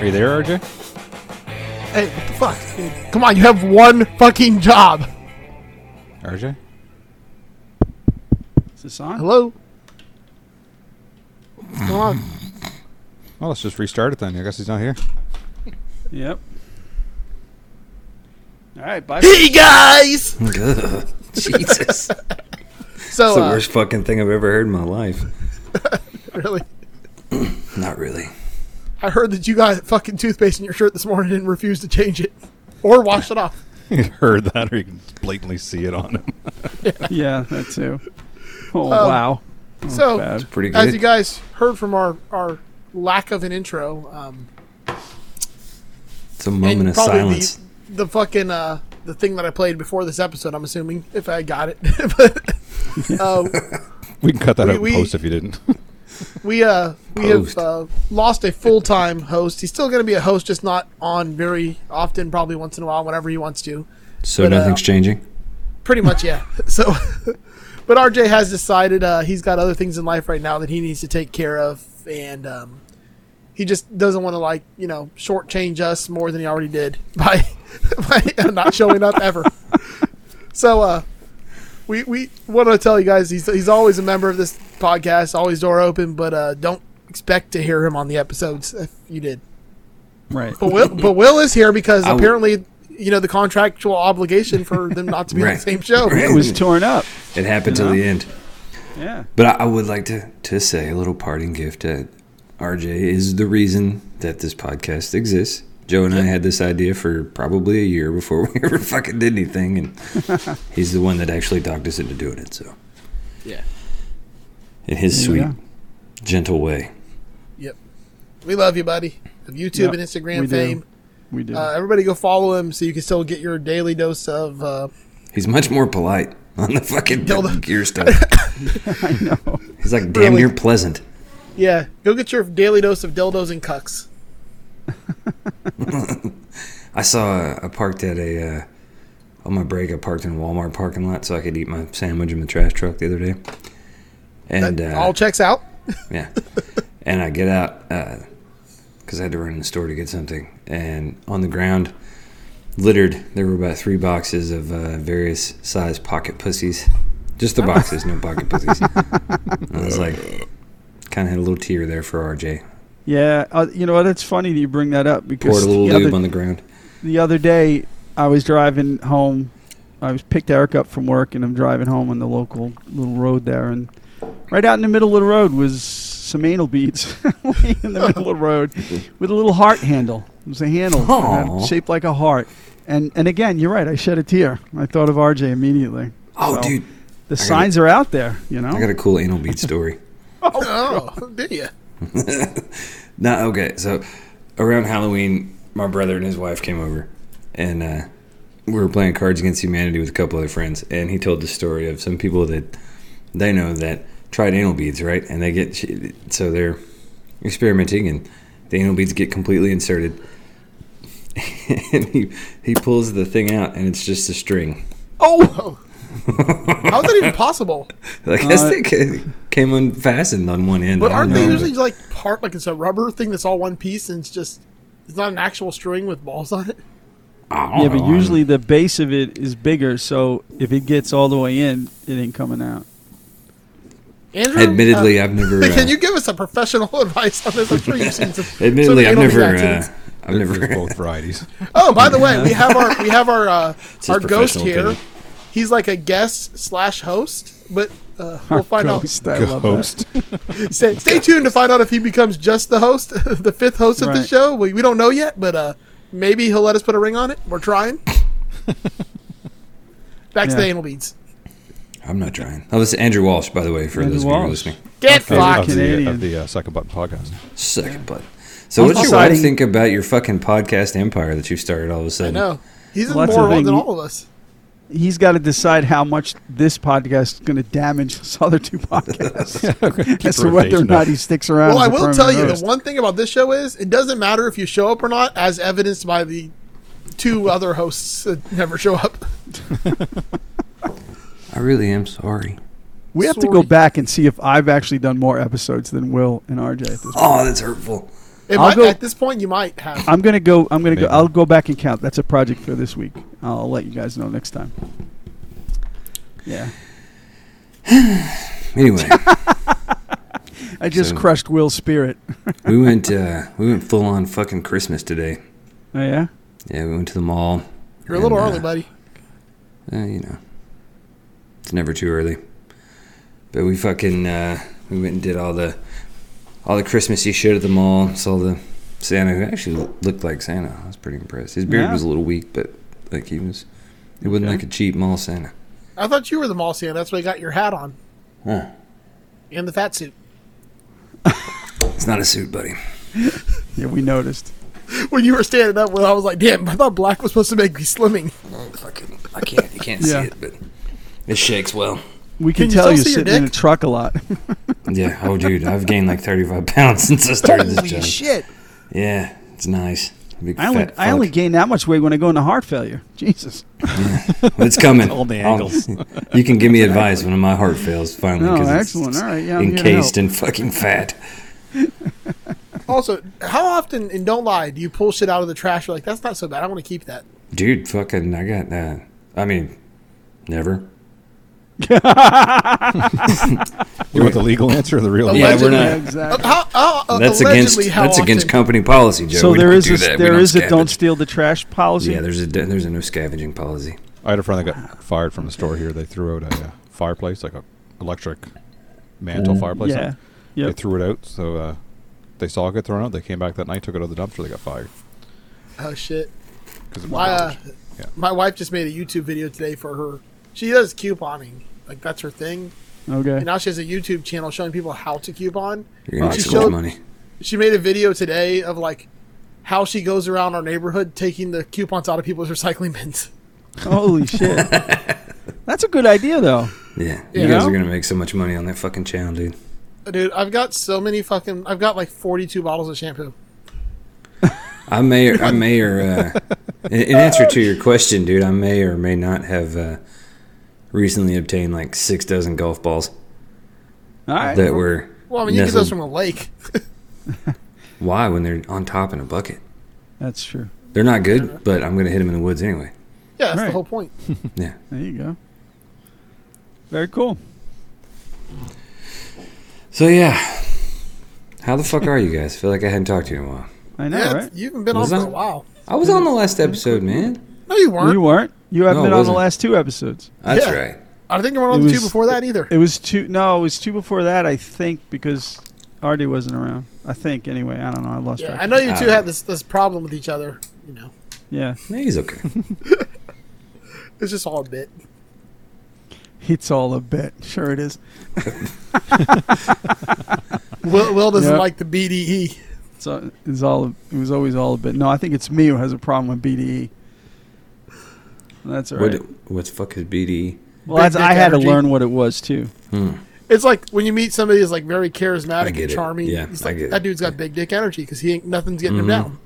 Are you there, RJ? Hey, what the fuck? dude? Come on, you have one fucking job. RJ? Is this on? Hello? Come on. Well, let's just restart it then. I guess he's not here. Yep. All right, bye. Hey guys! Ugh, Jesus. That's So, the uh, worst fucking thing I've ever heard in my life. really, Not really. I heard that you got fucking toothpaste in your shirt this morning and refused to change it or wash it off. He heard that, or you can blatantly see it on him. yeah, that too. Um, Oh wow. so, Bad. Pretty good. as you guys heard from our, our lack of an intro, um, it's a moment of probably silence. The, the fucking uh, the thing that I played before this episode, I'm assuming, if I got it. but uh, We can cut that out we- in post if you didn't. we uh we Host. have uh, lost a full time host. He's still going to be a host, just not on very often. Probably once in a while, whenever he wants to. so but, uh, nothing's changing. Pretty much, yeah. So, but RJ has decided uh, he's got other things in life right now that he needs to take care of, and um, he just doesn't want to like you know shortchange us more than he already did by by not showing up ever. So, uh, we we want to tell you guys he's he's always a member of this podcast, always door open, but uh, don't expect to hear him on the episodes if you did. Right. But Will, but Will is here because w- apparently. You know the contractual obligation for them not to be on Right. the same show. It was torn up. It happened till know? the end. Yeah. But I, I would like to, to say a little parting gift that RJ is the reason that this podcast exists. Joe and I had this idea for probably a year before we ever fucking did anything, and he's the one that actually talked us into doing it. So, Yeah. in his Yeah. sweet, gentle way, Yep. We love you, buddy. Of YouTube Yep, and we Instagram do. fame. We did. Uh, everybody go follow him so you can still get your daily dose of. Uh, he's much more polite on the fucking Dildo. gear stuff. I know. He's like damn Really? near pleasant. yeah, go get your daily dose of dildos and cucks. I saw I parked at a uh, on my break. I parked in a Walmart parking lot so I could eat my sandwich in the trash truck the other day. And uh, All checks out. yeah, and I get out because I had to run in the store to get something. And on the ground, littered, there were about three boxes of uh, various size pocket pussies. Just the boxes, no pocket pussies. And I was like, kind of had a little tear there for RJ. Yeah. Uh, you know what? It's funny that you bring that up Poured because a little the lube other, on the ground. the other day I was driving home. I was picked Eric up from work, and I'm driving home on the local little road there, and right out in the middle of the road was some anal beads laying in the middle of the road with a little heart handle. It was a handle Aw. uh, shaped like a heart, and and again, you're right. I shed a tear. I thought of RJ immediately. Oh, So, dude, The gotta- signs are out there, you know. I got a cool anal bead story. Oh, did you? No, okay. So around Halloween, my brother and his wife came over, and uh, we were playing Cards Against Humanity with a couple other friends. And he told the story of some people that they know that tried anal beads, right? And they get so they're experimenting, and the anal beads get completely inserted. and he he pulls the thing out, and it's just a string. Oh, how is that even possible? Like I guess Uh, they ca- came unfastened on one end. But I aren't don't they know, usually but- like part like it's a rubber thing that's all one piece and it's just it's not an actual string with balls on it? I don't Yeah, know, but I don't- usually the base of it is bigger, so if it gets all the way in, it ain't coming out. Andrew, Admittedly, I've never. uh, uh, can you give us a professional advice on this? I'm sure you've seen some. Admittedly, some I've anal bead never, uh, accidents. I've never. There's both varieties. Oh, by the way, we have our we have our uh, his our ghost professional here. opinion. He's like a guest slash host, but uh, we'll find Ghost, I love that. Ghost. out. Stay, stay tuned to find out if he becomes just the host, the fifth host of the Right. show. We, we don't know yet, but uh, maybe he'll let us put a ring on it. We're trying. Back to the Yeah. anal beads. I'm not trying. Oh, this is Andrew Walsh, by the way, for Andrew those of you who are Walsh. listening. Get Okay. Of fucked. the, Canadian. of the uh, Second Button podcast. Second butt. So, I'm what does your deciding- wife think about your fucking podcast empire that you've started all of a I sudden? know. He's Well, that's the more thing. than all of us. He's got to decide how much this podcast is going to damage his other two podcasts as to whether or rotation not up. he sticks around. Well, as I a will permanent tell you host. the one thing about this show is it doesn't matter if you show up or not, as evidenced by the two other hosts that never show up. I really am sorry. we have to go Sorry. back and see if I've actually done more episodes than Will and RJ at this point. Oh, that's hurtful. It I'll might, go- at this point, you might have. I'm gonna go. I'm gonna Maybe. go. I'll go back and count. That's a project for this week. I'll let you guys know next time. Yeah, Anyway, I just So- crushed Will's spirit. we went uh, we went full on fucking Christmas today. Oh, yeah, Yeah, we went to the mall. You're a little and, early, uh, buddy. uh, you know, it's never too early. But we fucking uh, we went and did all the all the Christmassy shit at the mall. Saw the Santa who actually looked like Santa. I was pretty impressed. His beard Yeah. was a little weak, but like he was, it wasn't Okay. like a cheap mall Santa. I thought you were the mall Santa. That's why you got your hat on Huh. and the fat suit. It's not a suit, buddy. yeah. We noticed. When you were standing up, well, I was like, damn, I thought black was supposed to make me slimming. Oh, Fucking, I can't. You can't Yeah. see it, but it shakes well. We can, Can you tell still you see your sitting in a dick? truck a lot. Yeah. Oh, dude, I've gained like 35 pounds since I started this Holy job. shit. Yeah, it's nice. Big I only fat I only fuck. gain that much weight when I go into heart failure. Jesus. It's coming. All the I'll- angles. you can give me advice when my heart fails finally. No, 'cause it's Oh, excellent. All right, yeah. I'm here to encased help. in fucking fat. Also, how often, and don't lie, do you pull shit out of the trash? You're like, that's not so bad. I want to keep that. Dude, fucking, I got that. I mean, never. You want the legal answer or the Oh, real Yeah, answer? we're Yeah, not. Uh, exactly. How, how, uh, That's allegedly, against. how That's often? against company policy, Joe. So We there don't is do a that. We there don't is a don't scavenge. steal the trash policy. Yeah, there's a there's a no scavenging policy. I had a friend that got fired from the store here. They threw out a uh, fireplace, like a electric mantle fireplace. yeah. They Yep. threw it out, so uh, they saw it get thrown out. They came back that night, took it to the dumpster. They got fired Oh, shit. because it My, was uh, garbage. Yeah. my wife just made a YouTube video today for her. She does couponing. Like, that's her thing. Okay. And now she has a YouTube channel showing people how to coupon. You're gonna Oh, She make so much showed- money. She made a video today of, like, how she goes around our neighborhood taking the coupons out of people's recycling bins. Holy shit. That's a good idea though. Yeah, you, You guys know? are gonna make so much money on that fucking channel, dude. Dude, I've got so many fucking. I've got like 42 bottles of shampoo. I may or I may or uh, in, in answer to your question, dude, I may or may not have uh, recently obtained like six dozen golf balls All right. that were. Well, I mean, you get nestled- those from a lake. Why when they're on top in a bucket? That's true. They're not good, but I'm gonna hit them in the woods anyway. Yeah, that's Right. the whole point. Yeah. There you go. Very cool. So yeah, how the fuck are you guys? I feel like I hadn't talked to you in a while. I know, Yeah, right? You haven't been Was on I- for a while. I was on the last episode, man. No, you weren't. You weren't. You haven't No, been it on the wasn't. last two episodes. That's Yeah. right. I think you weren't It on the two was- before that either. It was two. No, it was two before that. I think because Artie wasn't around. I think anyway. I don't know. I lost Yeah, track. I know you two Uh, had this this problem with each other. You know, yeah, No, He's okay. it's just all a bit. it's all a bit. Sure, it is. Will, Will doesn't Yeah. like the E. BDE. It's all, it's all. It was always all a bit. No, I think it's me who has a problem with BDE. That's all right. What what the fuck is E? BDE? well, that's, Big I dick had energy. to learn what it was too. It's like when you meet somebody who's like very I charismatic get and it. charming. Yeah, it's I like, get that it. Mm-hmm. dude's got big dick energy because he ain't nothing's getting him down.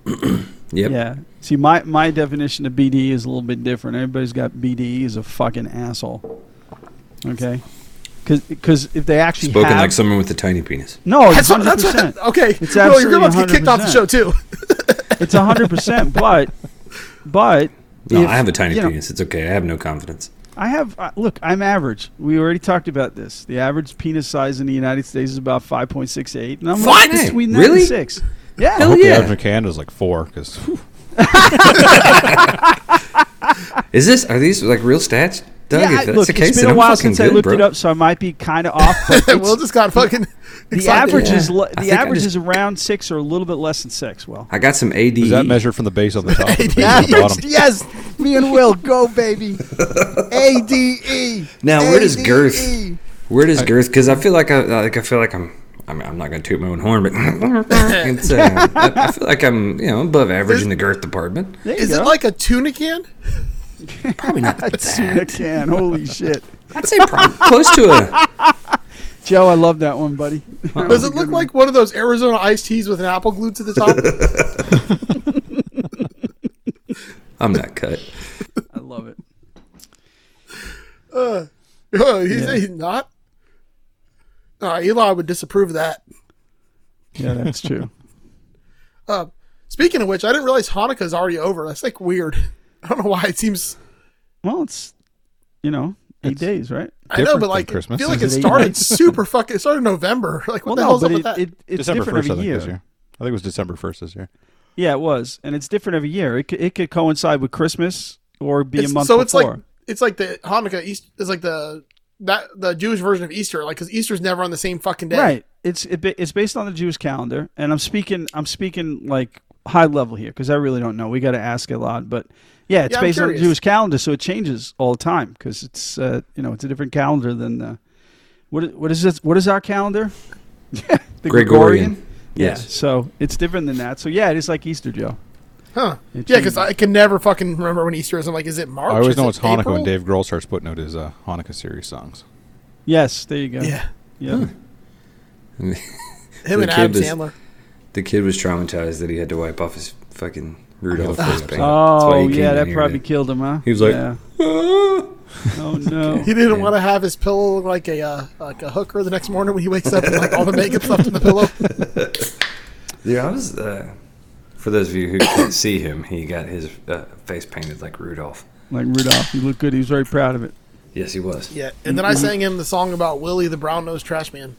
Yep. Yeah. See, my my definition of BDE is a little bit different. Everybody's got BDE is a fucking asshole. Okay. Because if they actually Spoken have like someone with a tiny penis. no, That's it's what, hundred that's percent. what, okay. Oh, It's Will, you're absolutely about to get kicked off the show too. It's hundred percent. But but No, if- I have a tiny you know, penis. It's okay. I have no confidence. I have. Uh, look, I'm average. We already talked about this. The average penis size in the United States is about five point six eight, and I'm What? like this sweet Really? ninety six. Yeah. I hope yeah. the average in Canada is like four because Is this? Are these like real stats? Doug, yeah, if I- that's look, the case, it's been a then I'm while fucking since I good, looked bro. it up, so I might be kind of off. But Will it's- just got fucking. the excited. average Yeah. is le- I the think I average just- is around six or a little bit less than six. Well, I got some E. AD. is that measured from the base on the top to the base on the yes, bottom? yes, me and Will go, baby. A D E. Now, where does girth? Where does girth? Because I feel like I like I feel like I'm. I mean, I'm not going to toot my own horn, but it's, uh, I, I feel like I'm, you know, above average in the girth department. There you Is go. it like a tuna can? Probably not Tuna that. can? Holy shit, I'd say probably close to a. Joe! I love that one, buddy. Does it look like one of those Arizona iced teas with an apple glued to the top? I'm not cut. I love it. Oh, he's, Yeah. he's not. Ah, Uh, Eli would disapprove of that. Yeah, that's true. Uh, speaking of which, I didn't realize Hanukkah's already over. That's like weird. I don't know why it seems. Well, it's you know eight It's- days, right? I know, Different but than like, I Christmas. feel like it Is it eight started nights? super fucking. It started in November. Like, what well, the no, hell's but up with it, that? it, it's December different 1st, I every think, year. this year. I think it was December 1st this year. Yeah, it was, and it's different every year. It could, it could coincide with Christmas or be It's- a month so before. it's like it's like the Hanukkah East is like the that the Jewish version of Easter, like because Easter's never on the same fucking day. Right. It's it, ba- it's based on the Jewish calendar, and I'm speaking I'm speaking like high level here because I really don't know. We got to ask a lot, but yeah, it's Yeah, I'm based on the curious. Jewish calendar, so it changes all the time because it's uh, you know it's a different calendar than the what i- what is this what is our calendar? the Gregorian. Yes. Yes. So it's different than that. So yeah, it is like Easter, Joe. Huh? It Yeah, because changes. I can never fucking remember when Easter is. I'm like, is it March? I always Is know it it's Hanukkah when April? Dave Grohl starts putting out his uh, Hanukkah series songs. yes, there you go. Yeah, Yeah. him The and kid Adam is- Sandler. The kid was traumatized that he had to wipe off his fucking Rudolph Yeah, face that's paint. That's why he Oh came yeah, down that here probably to- killed him, huh? He was like, Yeah. oh no. He didn't Yeah. want to have his pillow look like a uh, like a hooker the next morning when he wakes up with like all the makeup left in the pillow. Yeah, I was. Uh, for those of you who can't see him, he got his uh, face painted like Rudolph. Like Rudolph, he looked good. He was very proud of it. Yes, he was. Yeah, and then I sang him the song about Willie the brown nosed trash man.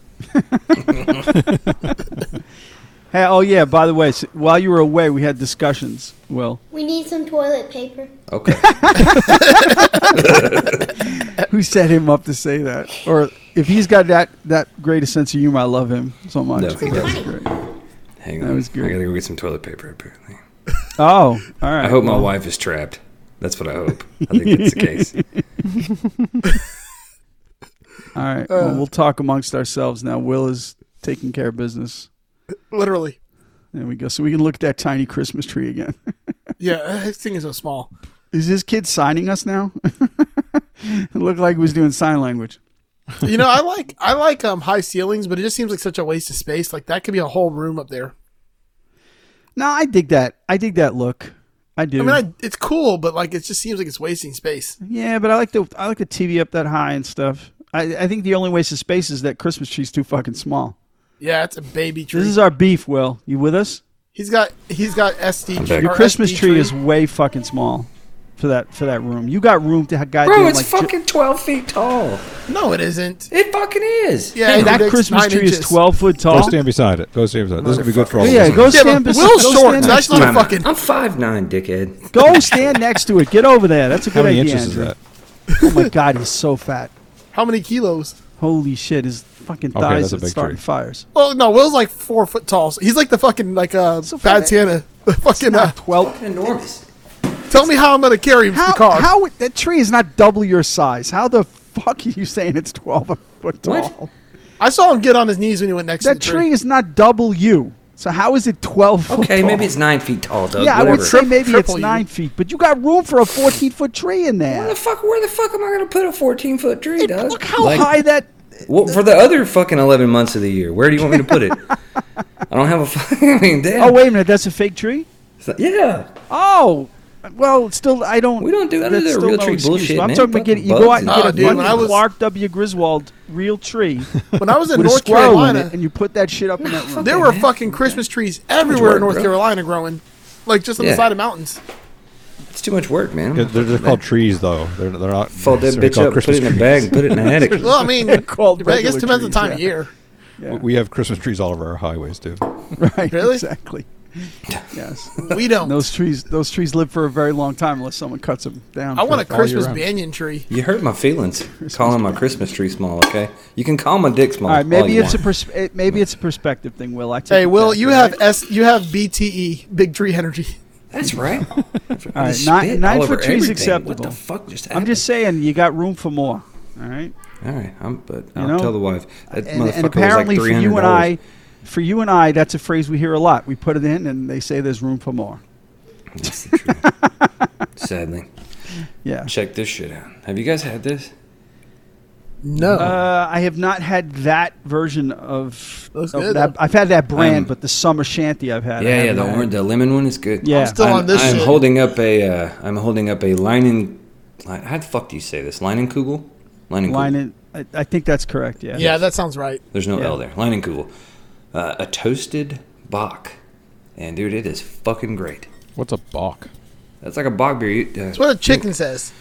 Hey, oh yeah. By the way, s while you were away, we had discussions. Well, We need some toilet paper. Okay. who set him up to say that? Or if he's got that that great a sense of humor, I love him so much. No, he That was doesn't. great. Hang That on. was good. I gotta go get some toilet paper, apparently. Oh, all right. I hope my well, wife is trapped. That's what I hope. I think that's the case. All right. Uh. well, we'll talk amongst ourselves now. Will is taking care of business. Literally. There we go. So we can look at that tiny Christmas tree again. Yeah, his thing is so small. Is this kid signing us now? it looked like he was doing sign language. You know, I like I like um high ceilings, but it just seems like such a waste of space. Like that could be a whole room up there. No, I dig that. I dig that look. I do. I mean, I, it's cool, but like it just seems like it's wasting space. Yeah, but I like the I like the TV up that high and stuff. I, I think the only waste of space is that Christmas tree's too fucking small. Yeah, it's a baby tree. This is our beef, Will. You with us? he's got he's got SD. back. or Your SD Christmas tree, is way fucking small for that for that room. You got room to have guys Bro, doing it's like ju- fucking 12 feet tall. no, it isn't. It fucking is. Yeah, it that takes Christmas nine tree is inches. twelve foot Go tall. stand beside it. Go stand beside it. This is going to be good for all of Yeah, us. go Yeah, stand but beside. Will's go short. Stand That's next not to a it. fucking. I'm five nine, dickhead. Go stand next to it. Get over there. That's a How good many idea. inches is Andrew. that? Oh my god, he's so fat. How many kilos? Holy shit, his fucking Okay, thighs that's a are big starting tree. fires. Well, no, Will's like four foot tall. So he's like the fucking like uh So bad fat. Santa. The fucking uh, Twelve. Enormous. tell me how I'm gonna carry him to the How car. how would- that tree is not double your size? How the fuck are you saying it's twelve foot tall? What? I saw him get on his knees when he went next That to the tree, is not double you. So how is it 12 foot Okay, tall? maybe it's nine feet tall, Doug. Yeah, I Whatever. would say maybe it's triple you. nine feet, but you got room for a 14 foot tree in Where there. the fuck? Where the fuck am I gonna put a 14 foot tree, Doug? Look how high that. Well, for the other fucking 11 months of the year, where do you want me to put it? I don't have a fucking. I mean, damn. Oh, wait a minute. That's a fake tree? So- yeah. Oh, well, it's still, I don't. We don't do that that's either. still Real no tree excuse. bullshit, I'm man. talking about getting, you Fucking go out and bugs get and- a Oh, dude, when fucking I was- Clark W. Griswold real tree tree. When I was in with a North squirrel in Carolina, it, and you put that shit up in that room. there were fucking Christmas trees everywhere in work, North bro. Carolina growing, like just on Yeah. the side of mountains. It's too much work, man. Yeah, they're, they're called trees, though. They're, they're not. Fold that they're bitch called up, put Christmas it in a trees. bag, put it in a attic. Well, I mean, I called guess regular it depends on the trees, time of yeah. year. We have Christmas trees all over our highways, too. Right, Really? exactly. Yes. We don't. And those trees, those trees live for a very long time unless someone cuts them down. I want a all year Christmas round. banyan tree. You hurt my feelings calling my Christmas tree small, okay? You can call my dick small. All right, maybe you it's a want. pers- it- maybe it's a perspective thing. Will I? Take Hey, it Will, back, you all have right? S, you have BTE, Big Tree Energy. That's right. All right, nine, nine foot trees acceptable. What the fuck just happened? I'm just saying you got room for more. All right, All right, I'm, but You I'll know? tell the wife. That and, motherfucker and apparently was for like $300. you and I, for you and I, that's a phrase we hear a lot. We put it in, and they say there's room for more. That's the truth. Sadly. Yeah, Check this shit out. Have you guys had this? No, uh, I have not had that version of, Looks of good, that. though. I've had that brand, I'm- but the summer shanty I've had. I Um, Yeah, yeah, haven't the had- orange, the lemon one is good. Yeah. I'm still I'm, on this I'm shit. holding up a. Uh, I'm holding up a Leinen. Li- How the fuck do you say this? Leinenkugel. Leinenkugel. line. In, I, I think that's correct. Yeah. yeah, that sounds right. There's no Yeah. L there. Leinenkugel. Uh, a toasted Bach. And dude, it is fucking great. What's a balk? That's like a bog beer. You, uh, That's what a chicken says.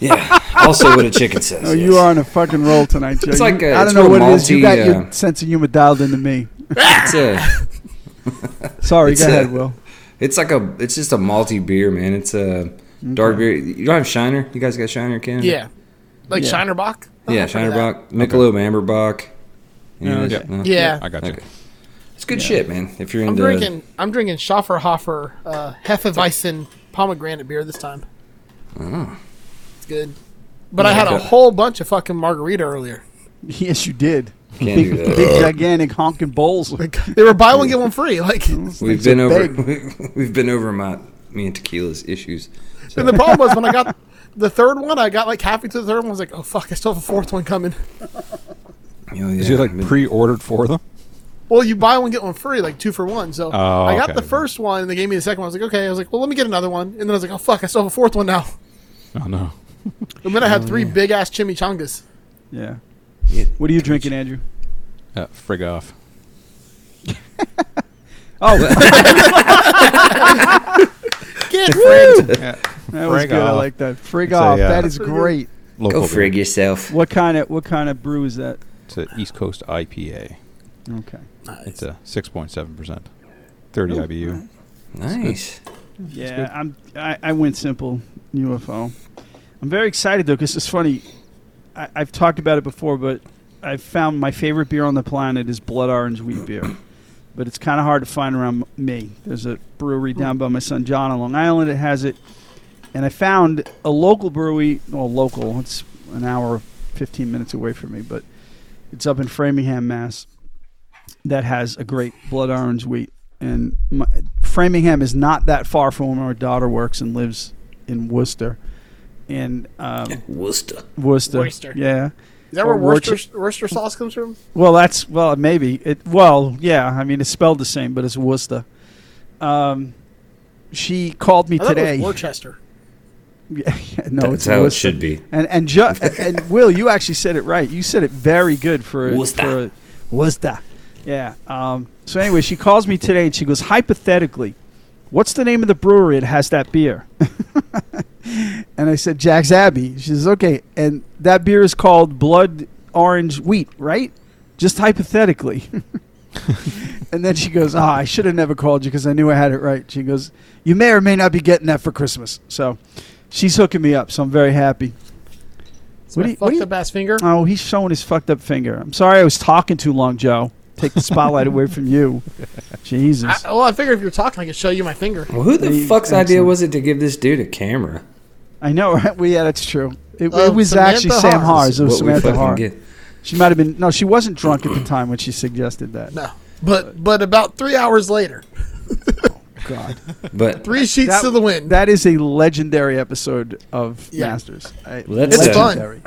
yeah. also, what a chicken says. Oh, yes. you are on a fucking roll tonight, Joe. It's You- like a- I it's don't know real what it is. You got malty, uh, your sense of humor dialed into me. It's a. Sorry, It's go ahead, a- Will. It's like a. It's just a malty beer, man. It's a dark beer. You don't have Shiner. You guys got Shiner in Canada? Yeah. Like Yeah. Shinerbach? Oh, Yeah, I've heard of that. Shinerbach, Michelob, Amberbach. You know, Yeah. it's- no? Yeah. I got you. Ah, Okay. It's good shit, man. If you're I'm into drinking I'm drinking Schafferhofer uh Hefeweizen pomegranate beer this time. Mm. It's good. But I Yeah, had I a got- whole bunch of fucking margarita earlier. Yes, you did. Can't big, do that. big gigantic honking bowls. They were buy one get one free. Like we've things are been over big. we've been over my me and tequila's issues. So, and the problem was when I got the third one, I got like halfway through the third one. I was like, "Oh fuck, I still have a fourth one coming." you know, yeah, Is it like I've been- pre-ordered for them? Well, you buy one get one free, like two for one. So Oh, I got okay. the first one, and they gave me the second one. I was like, "Okay." I was like, "Well, let me get another one," and then I was like, "Oh fuck, I still have a fourth one now." Oh no. And then I had Mm. three big ass chimichangas. Yeah. Yeah. What are you drinking, Andrew? Uh, frig off. Oh, Get frigged. that was Frig good. I off. like that. Frig a, off. uh, that is great. Local Go beer. frig yourself. What kind of what kind of brew is that? It's an East Coast IPA. Okay. It's a 6.7%. 30 Oh, IBU. Nice. Yeah, I'm. I, I went simple UFO. I'm very excited though because it's funny. I, I've talked about it before, but I found my favorite beer on the planet is blood orange wheat beer, but it's kind of hard to find around m- me. There's a brewery down by my son John on Long Island that has it, and I found a local brewery. Well, local. It's an hour, fifteen minutes away from me, but it's up in Framingham, Mass. That has a great blood orange wheat, and my, Framingham is not that far from where my daughter works and lives in Worcester, and um, Worcester. Worcester, Worcester. yeah. Is that Or where Worcester, Worcester- Worcester sauce comes from? Well, that's well, maybe it. Well, yeah. I mean, it's spelled the same, but it's Worcester. Um, she called me I thought today. it was Worcester. Yeah, no, That's it's how it Worcester. should be. And and ju- and Will, you actually said it right. You said it very good for Worcester. for Worcester. Yeah. Um, so anyway, she calls me today and she goes, hypothetically, what's the name of the brewery that has that beer? and I said Jack's Abbey. She says, okay, and that beer is called Blood Orange Wheat, right? Just hypothetically. and then she goes, ah, I should have never called you because I knew I had it right. She goes, you may or may not be getting that for Christmas. So she's hooking me up, so I'm very happy. It's What my do you- what fucked do you- up ass finger. Oh, he's showing his fucked up finger. I'm sorry I was talking too long, Joe. Take the spotlight away from you. I, Jesus. well, I figured if you were talking, I could show you my finger. Well, who the Hey, fuck's idea excellent. was it to give this dude a camera? I know, right? Well, yeah, that's true. It, Uh, it was Samantha actually Harr. Sam Hars. It was What we Samantha fucking Har. get. She might have been. No, she wasn't drunk at the time when she suggested that. No, but but about three hours later, God, But three sheets That- to the wind. that is a legendary episode of Yeah. Masters. I, Well, that's It's fun. legendary.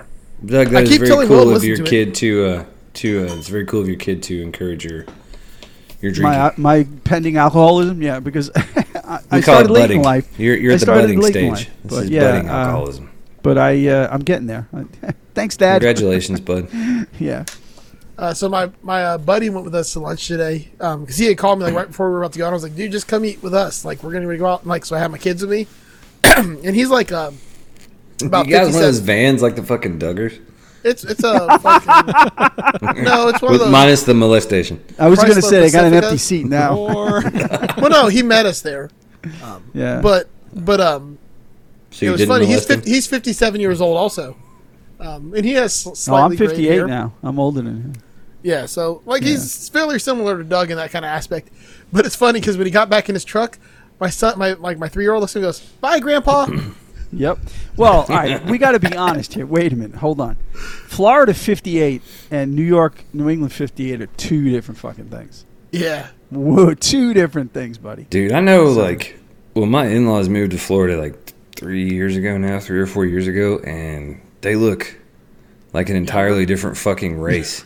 Doug, that I is keep very telling Will to cool of listen your to it. kid to uh to uh, it's very cool of your kid to encourage your your drinking. My uh, my pending alcoholism. Yeah, because I, we I call started it late in budding. life, You're, you're I at the started budding late in stage. life, this but is yeah, budding uh, alcoholism. but I uh, I'm getting there. Thanks, Dad. Congratulations, bud. Yeah. Uh, so my my uh, buddy went with us to lunch today because he had called me like right before we were about to go. And I was like, dude, just come eat with us. Like we're gonna go out. And, like so, I had my kids with me, and he's like, um, about you guys fifty one of those cents. vans like the fucking Duggars? It's it's a fucking, no, it's one of With, those. minus the molestation. I was Chrysler going to say I got an Pacifica? empty seat now. Or well, no, he met us there, yeah. but but um, it So you was didn't funny. He's molest him? 50, he's fifty seven years old also, um, and he has sl- oh, slightly I'm gray 58 hair. now. I'm older than him. Yeah, so like he's fairly similar to Doug in that kind of aspect, but it's funny because when he got back in his truck, my son, my like my three year old looks at me and goes, "Bye, Grandpa." Yep. Well, all right. We got to be honest here. Wait a minute. Hold on. Florida 58 and New York, New England 58 are two different fucking things. yeah, Whoa, two different things, buddy. Dude, I know like well my in laws moved to Florida like th- three years ago now, three or four years ago, and they look like an entirely different fucking race.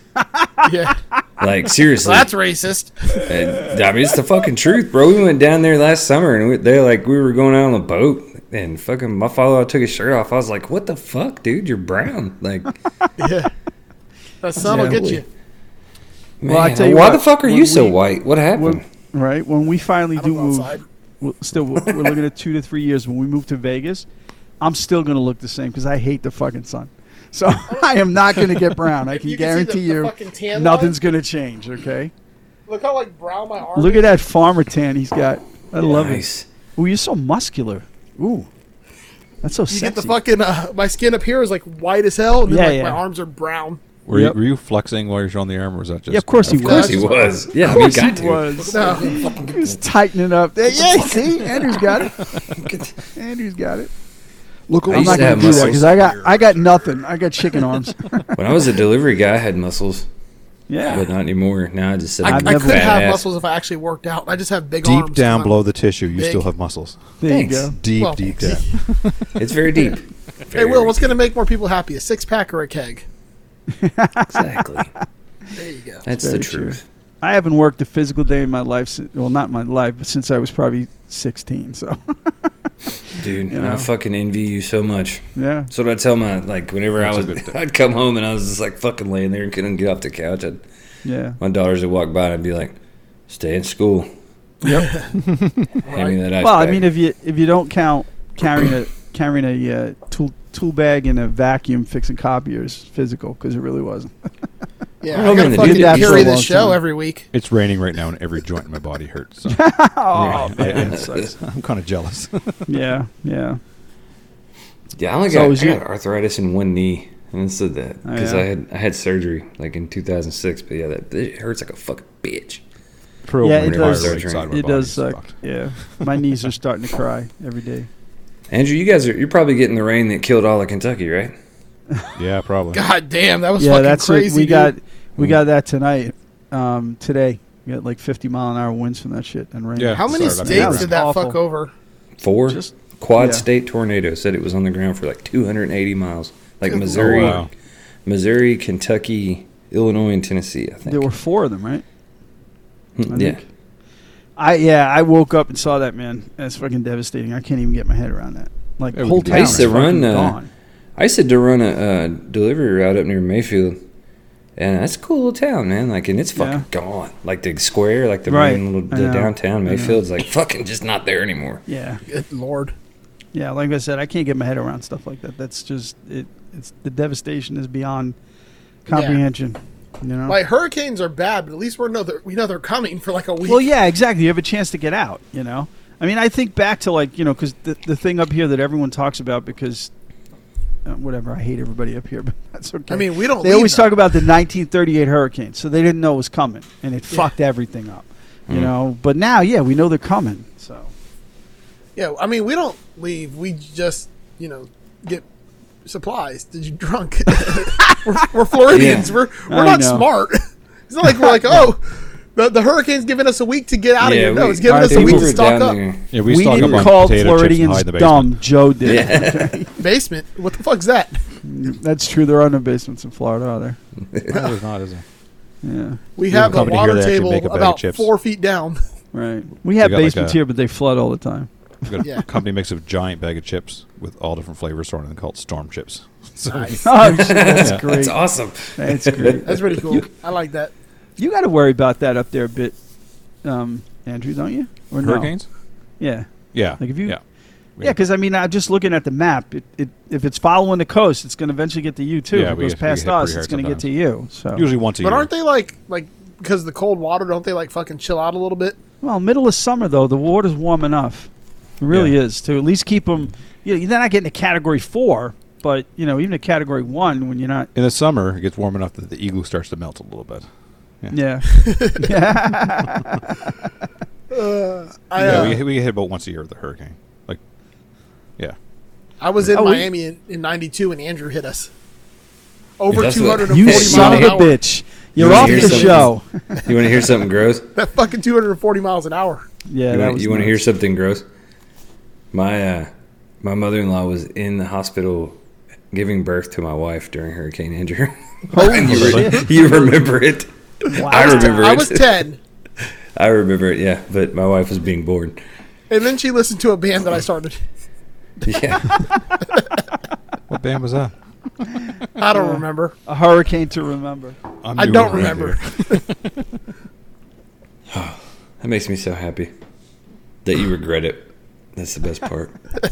yeah, like seriously. that's racist. And, I mean, it's the fucking truth, bro. We went down there last summer, and we, they like we were going out on the boat, and fucking my father took his shirt off. I was like, "What the fuck, dude? You're brown." Like, Yeah, that son will get you. man, Well, I tell you what, why the fuck are when you so we- white? What happened? When, right? When we finally I don't do go move, outside. we'll, still we're we're looking at two to three years when we move to Vegas. I'm still going to look the same because I hate the fucking sun. So I am not going to get brown. I If can, you can see the- guarantee the you, fucking tan nothing's going to change. Okay, Look how like brown my arm. look at that farmer tan he's got. I love it. nice. Ooh, you're so muscular. Ooh, that's so You sexy. get the fucking uh, my skin up here is like white as hell, and then Yeah, like yeah. my arms are brown. Were, Yep. you, were you flexing while you're showing the arm, or was that just? yeah, of course he Of course was. he Yeah. was. Yeah, Of course we got he to. was. No, He was tightening up. There. Yeah, see, Andrew's got it. Andrew's got it. Look, I'm used not to gonna do have that muscles. because I got I got nothing. I got chicken arms. When I was a delivery guy, I had muscles, yeah, but not anymore. Now I just sit I, on I've my I never- could fat have ass. muscles if I actually worked out. I just have big arms. Deep 'cause down I'm- below the tissue, you big. still have muscles. there Thanks. you go. Deep, Well, deep down. It's very deep. Hey Very Will, what's gonna make more people happy? A six pack or a keg? exactly? There you go. That's Very the true. truth. I haven't worked a physical day in my life. Since, well, not my life, but since I was probably 16. So Dude, You know? I fucking envy you so much. yeah, So what I tell my like whenever I That's a was good I'd come home and I was just like fucking laying there and couldn't get off the couch. I'd, yeah. my daughters would walk by and I'd be like, "Stay in school." Yep. Hand me that ice well, I pack. mean, if you if you don't count carrying a carrying a uh, tool tool bag and a vacuum fixing copiers, physical because it really wasn't. Yeah, Well, I man, gotta they fucking did that for carry a this long show time. every week. It's raining right now, and every joint in my body hurts. So Oh Yeah. man, that sucks. I'm kind of jealous. yeah, yeah. yeah, I only So got, is I you- got arthritis in one knee, and it's the that Oh, because yeah? I had I had surgery like in 2006. But yeah, that it hurts like a fucking bitch. Pro Yeah, it entire does- right side of my It body does is suck. fucked. Yeah, my knees are starting to cry every day. Andrew, you guys are you're probably getting the rain that killed all of Kentucky, right? Yeah, probably. God damn, that was yeah, fucking that's crazy. it. We dude. got we Mm. got that tonight. Um, today we got like 50 mile an hour winds from that shit and rain. Yeah. how many Sorry, I mean, states that did was that awful. fuck over? Four Just- quad yeah. state tornado said it was on the ground for like 280 miles, like Good Missouri, lord. Wow. Missouri, Kentucky, Illinois, and Tennessee. I think there were four of them, right? I yeah. think. I yeah, I woke up and saw that man. That's fucking devastating. I can't even get my head around that. Like It would whole be- town I is used to run, fucking uh, gone. I used to run a uh, delivery route up near Mayfield, and that's a cool little town, man. Like, and it's fucking gone. Like the square, like the Right. main little I the know. downtown I know. Mayfield's like fucking just not there anymore. Yeah, Good lord. yeah. Like I said, I can't get my head around stuff like that. That's just it. It's the devastation is beyond comprehension. You know. Like hurricanes are bad, but at least we know they're, we know they're coming for like a week. Well, yeah, exactly. You have a chance to get out. You know, I mean, I think back to like you know, because the the thing up here that everyone talks about because uh, whatever, I hate everybody up here, but that's okay. I mean, we don't. they leave always them. talk about the 1938 hurricane, so they didn't know it was coming, and it fucked everything up. Mm-hmm. You know, but now, yeah, we know they're coming. So Yeah, I mean, we don't leave. We just, you know, get supplies. Did you drunk? we're, we're Floridians. We're we're I not know. smart. it's not like we're like, oh, the, the hurricane's giving us a week to get out of here. No, we- it's giving our us a week people to were stock down up. there. Yeah, we, stock up didn't on call potato chips and Floridians hide in the basement. dumb. Joe did. Yeah, Basement. What the fuck's that? That's true. There are no basements in Florida, are there? No, there's not, is there? Yeah, We You're have a coming to hear water they actually table make a bag of about chips. four feet down. right. We have got, like, basements a- here, but they flood all the time. We've got a Yeah. company makes a giant bag of chips with all different flavors thrown in them called Storm Chips. So Oh, shit, that's Yeah. great. it's awesome. That's great. That's pretty cool. I like that. You got to worry about that up there a bit, um, Andrew, don't you? Or no? hurricanes? Yeah, Yeah. Like, if you- yeah. yeah. Because I mean, I'm just looking at the map. It, it, if it's following the coast, it's going to eventually get to you too. Yeah, if it we goes get- we past get hit us, pretty it's hard going to get to you. So usually once a But year. aren't they like like because of the cold water? Don't they like fucking chill out a little bit? well, middle of summer though, the water's warm enough. It really Yeah. is to at least keep them. You know, they're not getting a Category Four, but you know, even a Category One when you're not. in the summer, it gets warm enough that the igloo starts to melt a little bit. Yeah. yeah. Uh, I, Yeah, uh, we, we get hit about once a year with a hurricane. Like, yeah. I was in Oh, we- Miami in, in '92 and Andrew hit us. Over That's what- 240 you Hey, son miles of an a hour. bitch. You're You off hear the something? show. You want to hear something gross? That fucking 240 miles an hour. Yeah, you that want, was you want to nuts. hear something gross? My uh, my mother in law was in the hospital giving birth to my wife during Hurricane Andrew. Holy you, re- shit. you remember it? Wow. I remember I it. was 10, I remember it. Yeah, but my wife was being bored. and then she listened to a band that I started. Yeah, What band was that? I don't remember. a hurricane to remember. I'm I new don't around remember. here. That makes me so happy that you regret it. That's the best part.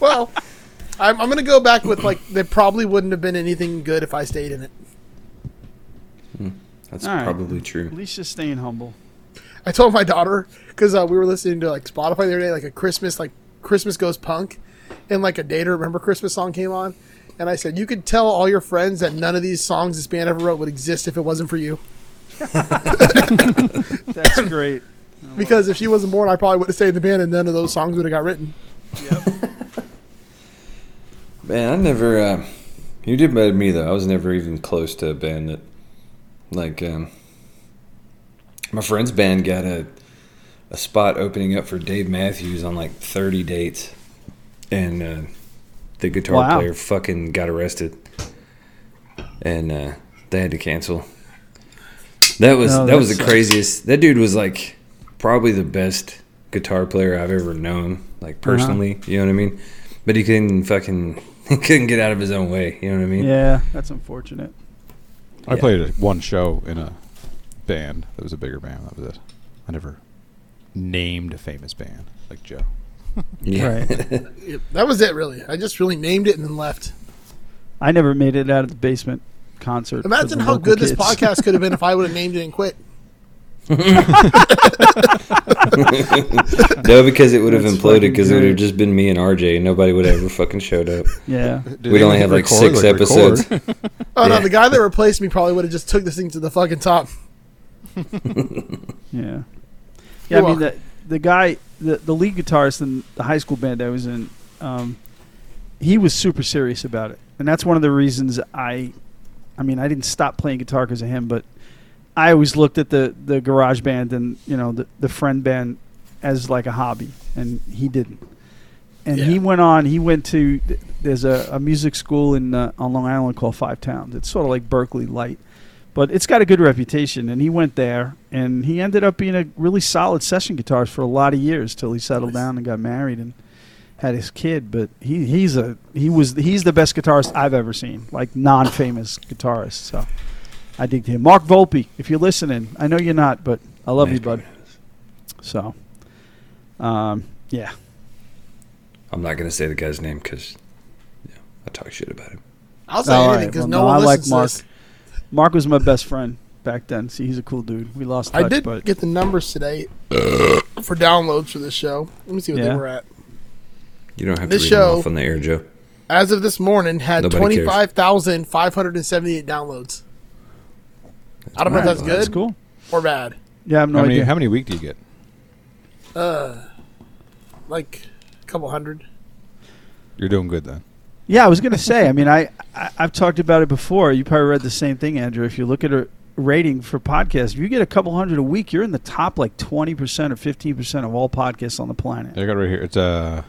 Well, I'm, I'm going to go back with like there probably wouldn't have been anything good if I stayed in it. That's All right. probably At true. least just staying humble. I told my daughter because uh, we were listening to like Spotify the other day, like a Christmas, like Christmas goes punk, and like a day to remember Christmas song came on, and I said you could tell all your friends that none of these songs this band ever wrote would exist if it wasn't for you, That's great. because if she wasn't born, I probably would have stayed in the band and none of those songs would have got written. Man, I never. Uh, you did better than me though. I was never even close to a band that, like, um, my friend's band got a a spot opening up for Dave Matthews on like 30 dates, and uh, the guitar Wow. player fucking got arrested, and uh, they had to cancel. That was No, that Oh, that was the sucks. craziest. That dude was like probably the best guitar player I've ever known, like Uh-huh. personally. You know what I mean? But he couldn't fucking he couldn't get out of his own way. You know what I mean? Yeah, that's unfortunate. I Yeah. played one show in a band that was a bigger band. That was it. I never named a famous band like Joe. Right. Yep, that was it, really. I just really named it and then left. I never made it out of the basement concert. for Imagine the how local good this kids. podcast could have been if I would have named it and quit. no, because it would have That's imploded. Because fucking it would great. have just been me and RJ, and nobody would have ever fucking showed up. Yeah. We'd only have like six episodes. Oh no, Yeah. the guy that replaced me probably would have just took this thing to the fucking top. Yeah. Yeah, You're I welcome. mean the the guy the, the lead guitarist in the high school band I was in, um, he was super serious about it. And that's one of the reasons I I mean, I didn't stop playing guitar because of him, but I always looked at the, the garage band and, you know, the, the friend band as like a hobby and he didn't. And he Yeah. went on, he went to th- there's a, a music school in uh, on Long Island called Five Towns. It's sort of like Berkeley Light but it's got a good reputation. And he went there, and he ended up being a really solid session guitarist for a lot of years till he settled down and got married and had his kid. But he he's a he was he's the best guitarist I've ever seen, like non-famous guitarist. So I dig him. Mark Volpe, if you're listening, I know you're not, but I love you, bud. So, um, yeah, I'm not gonna say the guy's name because, yeah, I talk shit about him. I'll say All anything right, because well, no, no, one I like listens Mark. to this. Mark was my best friend back then. See, he's a cool dude. We lost touch, I did but get the numbers today for downloads for this show. Let me see what Yeah. they were at. You don't have This to read him show- off on the air, Joe. As of this morning, had Nobody cares. twenty five thousand five hundred and seventy eight downloads. I don't know if Alright, that's well, good that's cool. or bad. Yeah, I have no How many, idea. how many week do you get? Like a couple hundred. You're doing good then. Yeah, I was gonna say. I mean, I, I I've talked about it before. You probably read the same thing, Andrew. If you look at a rating for podcasts, if you get a couple hundred a week, you're in the top like twenty percent or fifteen percent of all podcasts on the planet. I got it right here. It's uh,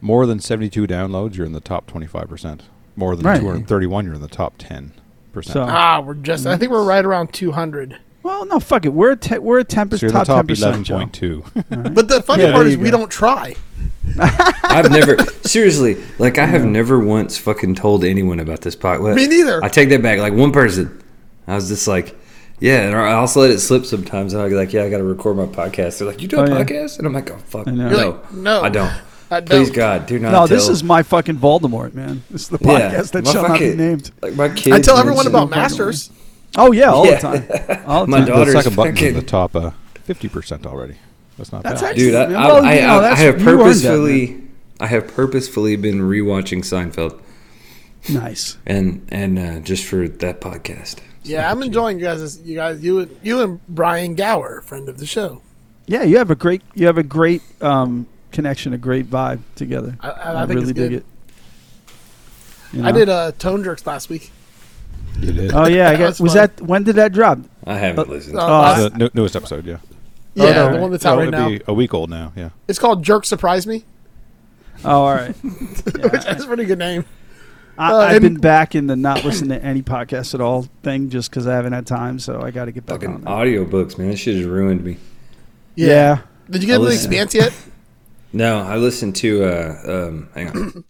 more than 72 downloads. You're in the top 25 percent. More than Right. 231. You're in the top 10 percent. So- Ah, we're just. I think we're right around two hundred. Well, no, fuck it. We're a te- we're a ten So you're percent in the top ten top percent. 11.2. But the funny Yeah, part there is you we go. don't try. I've never seriously like I have never once fucking told anyone about this podcast. Me neither. I take that back. Like one person, I was just like, yeah, and I also let it slip sometimes. And I'll be like, yeah, I got to record my podcast. They're like, you do a Oh, yeah. podcast? And I'm like, oh fuck, I know. no, You're like, Uh, "No, I don't. I Please don't." God, do not. No, this tell- is my fucking Voldemort, man. This is the Yeah, podcast that my shall not be fucking- named. Like my kids. I tell and everyone shit. about masters. Oh yeah, all Yeah. the time. All the My time. dog- the Daughter's second button's in fucking- the top uh, 50 percent already. That's not That's bad. actually- Dude, I, Yeah, well, I, you know, I, I that's- have you earned that, man. purposefully, I have purposefully been rewatching Seinfeld, Nice. and and uh, just for that podcast. Yeah, I'm enjoying you guys. You guys, you and you and Brian Gower, friend of the show. Yeah, you have a great you have a great um, connection, a great vibe together. I- I- I think really it's dig good. it. You I know? did uh, tone jerks last week. You did. Oh yeah, I That got, was, was fun. that when did that drop? I haven't Uh, listened. uh, Oh, the new, newest episode, yeah. yeah, no, the right. one that's Well, out right it'd now. be a week old now, yeah. It's called Jerk Surprise Me. Oh, all right. Yeah, That's a pretty good name. I, Uh, I've and- been back in the not listen to any podcast at all thing just because I haven't had time, so I got to get back Fucking on that. audiobooks, man. That shit has ruined me. Yeah. Did you get I'll the listen. Expanse yet? No, I listened to uh um hang on.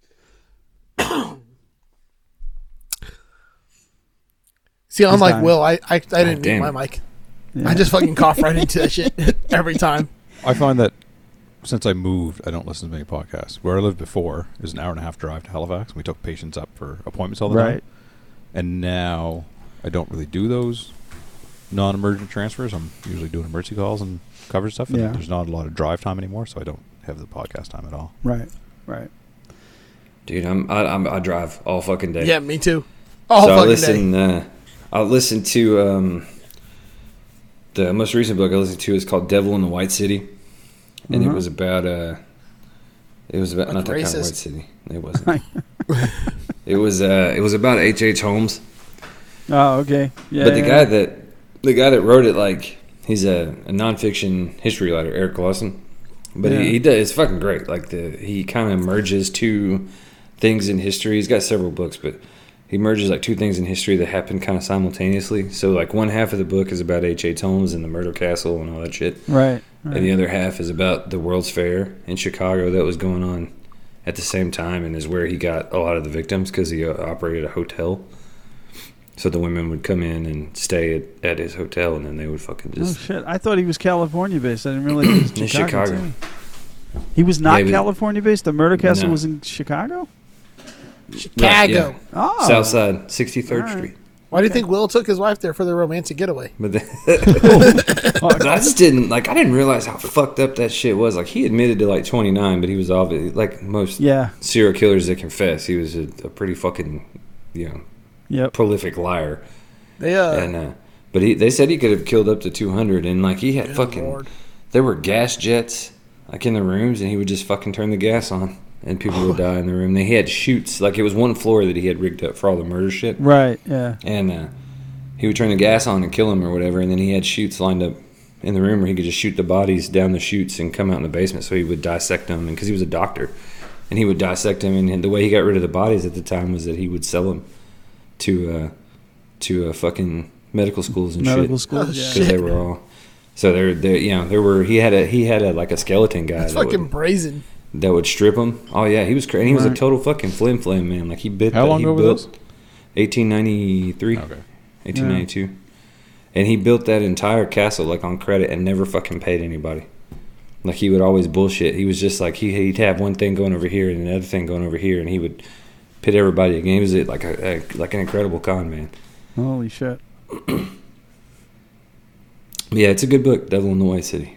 See, unlike dying. Will, I I, I didn't damn Oh, mute my it. mic. Yeah. I just fucking cough right into that shit every time. I find that since I moved, I don't listen to many podcasts. Where I lived before is an hour and a half drive to Halifax, and we took patients up for appointments all the time. right. And now I don't really do those non-emergent transfers. I'm usually doing emergency calls and cover stuff. And Yeah. There's not a lot of drive time anymore, so I don't have the podcast time at all. Right. Right. Dude, I'm I, I'm I drive all fucking day. Yeah, me too. All so I Oh, fucking day. listen. Uh, I listen to um, the most recent book I listened to is called "Devil in the White City," and it Mhm. was about uh, it was about Mm-hmm. Like not that kind racist. of white city. It wasn't. it was uh, it was about H. H. Holmes, Oh, okay. Yeah. but the yeah, guy that the guy that wrote it, like he's a, a nonfiction history writer, Eric Lawson. But Yeah. he, he does it's fucking great. Like the he kind of merges two things in history. He's got several books, but he merges like two things in history that happen kind of simultaneously. So like one half of the book is about H. H. Holmes and the Murder Castle and all that shit, yeah. Right. right. and the other half is about the World's Fair in Chicago that was going on at the same time and is where he got a lot of the victims because he uh, operated a hotel. So the women would come in and stay at, at his hotel, and then they would fucking Oh just shit! I thought he was California based. I didn't realize he was In Chicago. Chicago. too. He was not Yeah, he was- California based. The murder castle No. was in Chicago. Chicago. Right, Oh, yeah. Southside, sixty third Alright. Street. Why do you think Will took his wife there for their romantic getaway? But then, but I just didn't like. I didn't realize how fucked up that shit was. Like he admitted to like 29, but he was obviously like most Yeah. serial killers that confess. He was a, a pretty fucking you know Yep. prolific liar. They uh, and uh, but he they said he could have killed up to 200, and like he had good fucking Lord. there were gas jets like in the rooms, and he would just fucking turn the gas on, and people would die in the room. They he had shoots like it was one floor that he had rigged up for all the murder shit Right. Yeah. and uh, he would turn the gas on and kill him or whatever. And then he had shoots lined up in the room where he could just shoot the bodies down the chutes and come out in the basement. So he would dissect them, and because he was a doctor, and he would dissect them. And the way he got rid of the bodies at the time was that he would sell them to uh, to uh, fucking medical schools and Medical shit school. Oh, yeah. shit. because they were all. So there, there, you know, there were. He had a he had a like a skeleton guy That's that fucking would, brazen. that would strip him. Oh yeah, he was crazy. He was a Right. total fucking flim flam man. Like he bit. How the- long he ago was built- this? 1893. Okay. 1892. And he built that entire castle like on credit and never fucking paid anybody. Like he would always bullshit. He was just like he, he'd have one thing going over here and another thing going over here, and he would pit everybody against He was it like a, a like an incredible con man. Holy shit! But yeah, it's a good book, Devil in the White City.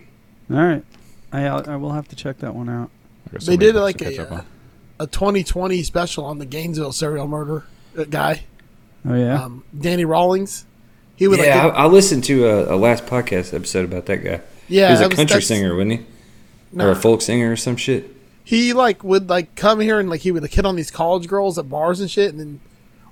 All right. I I will have to check that one out. I got so They many did books like to catch a, up uh, on. a 2020 special on the Gainesville serial murder uh, guy, Oh yeah. um, Danny Rawlings. He would yeah, like, I, I listened to uh, a, a last podcast episode about that guy. yeah, he was that a country that's- singer, wasn't he? no. Or a folk singer or some shit. he like would like come here and like he would like hit on these college girls at bars and shit, and then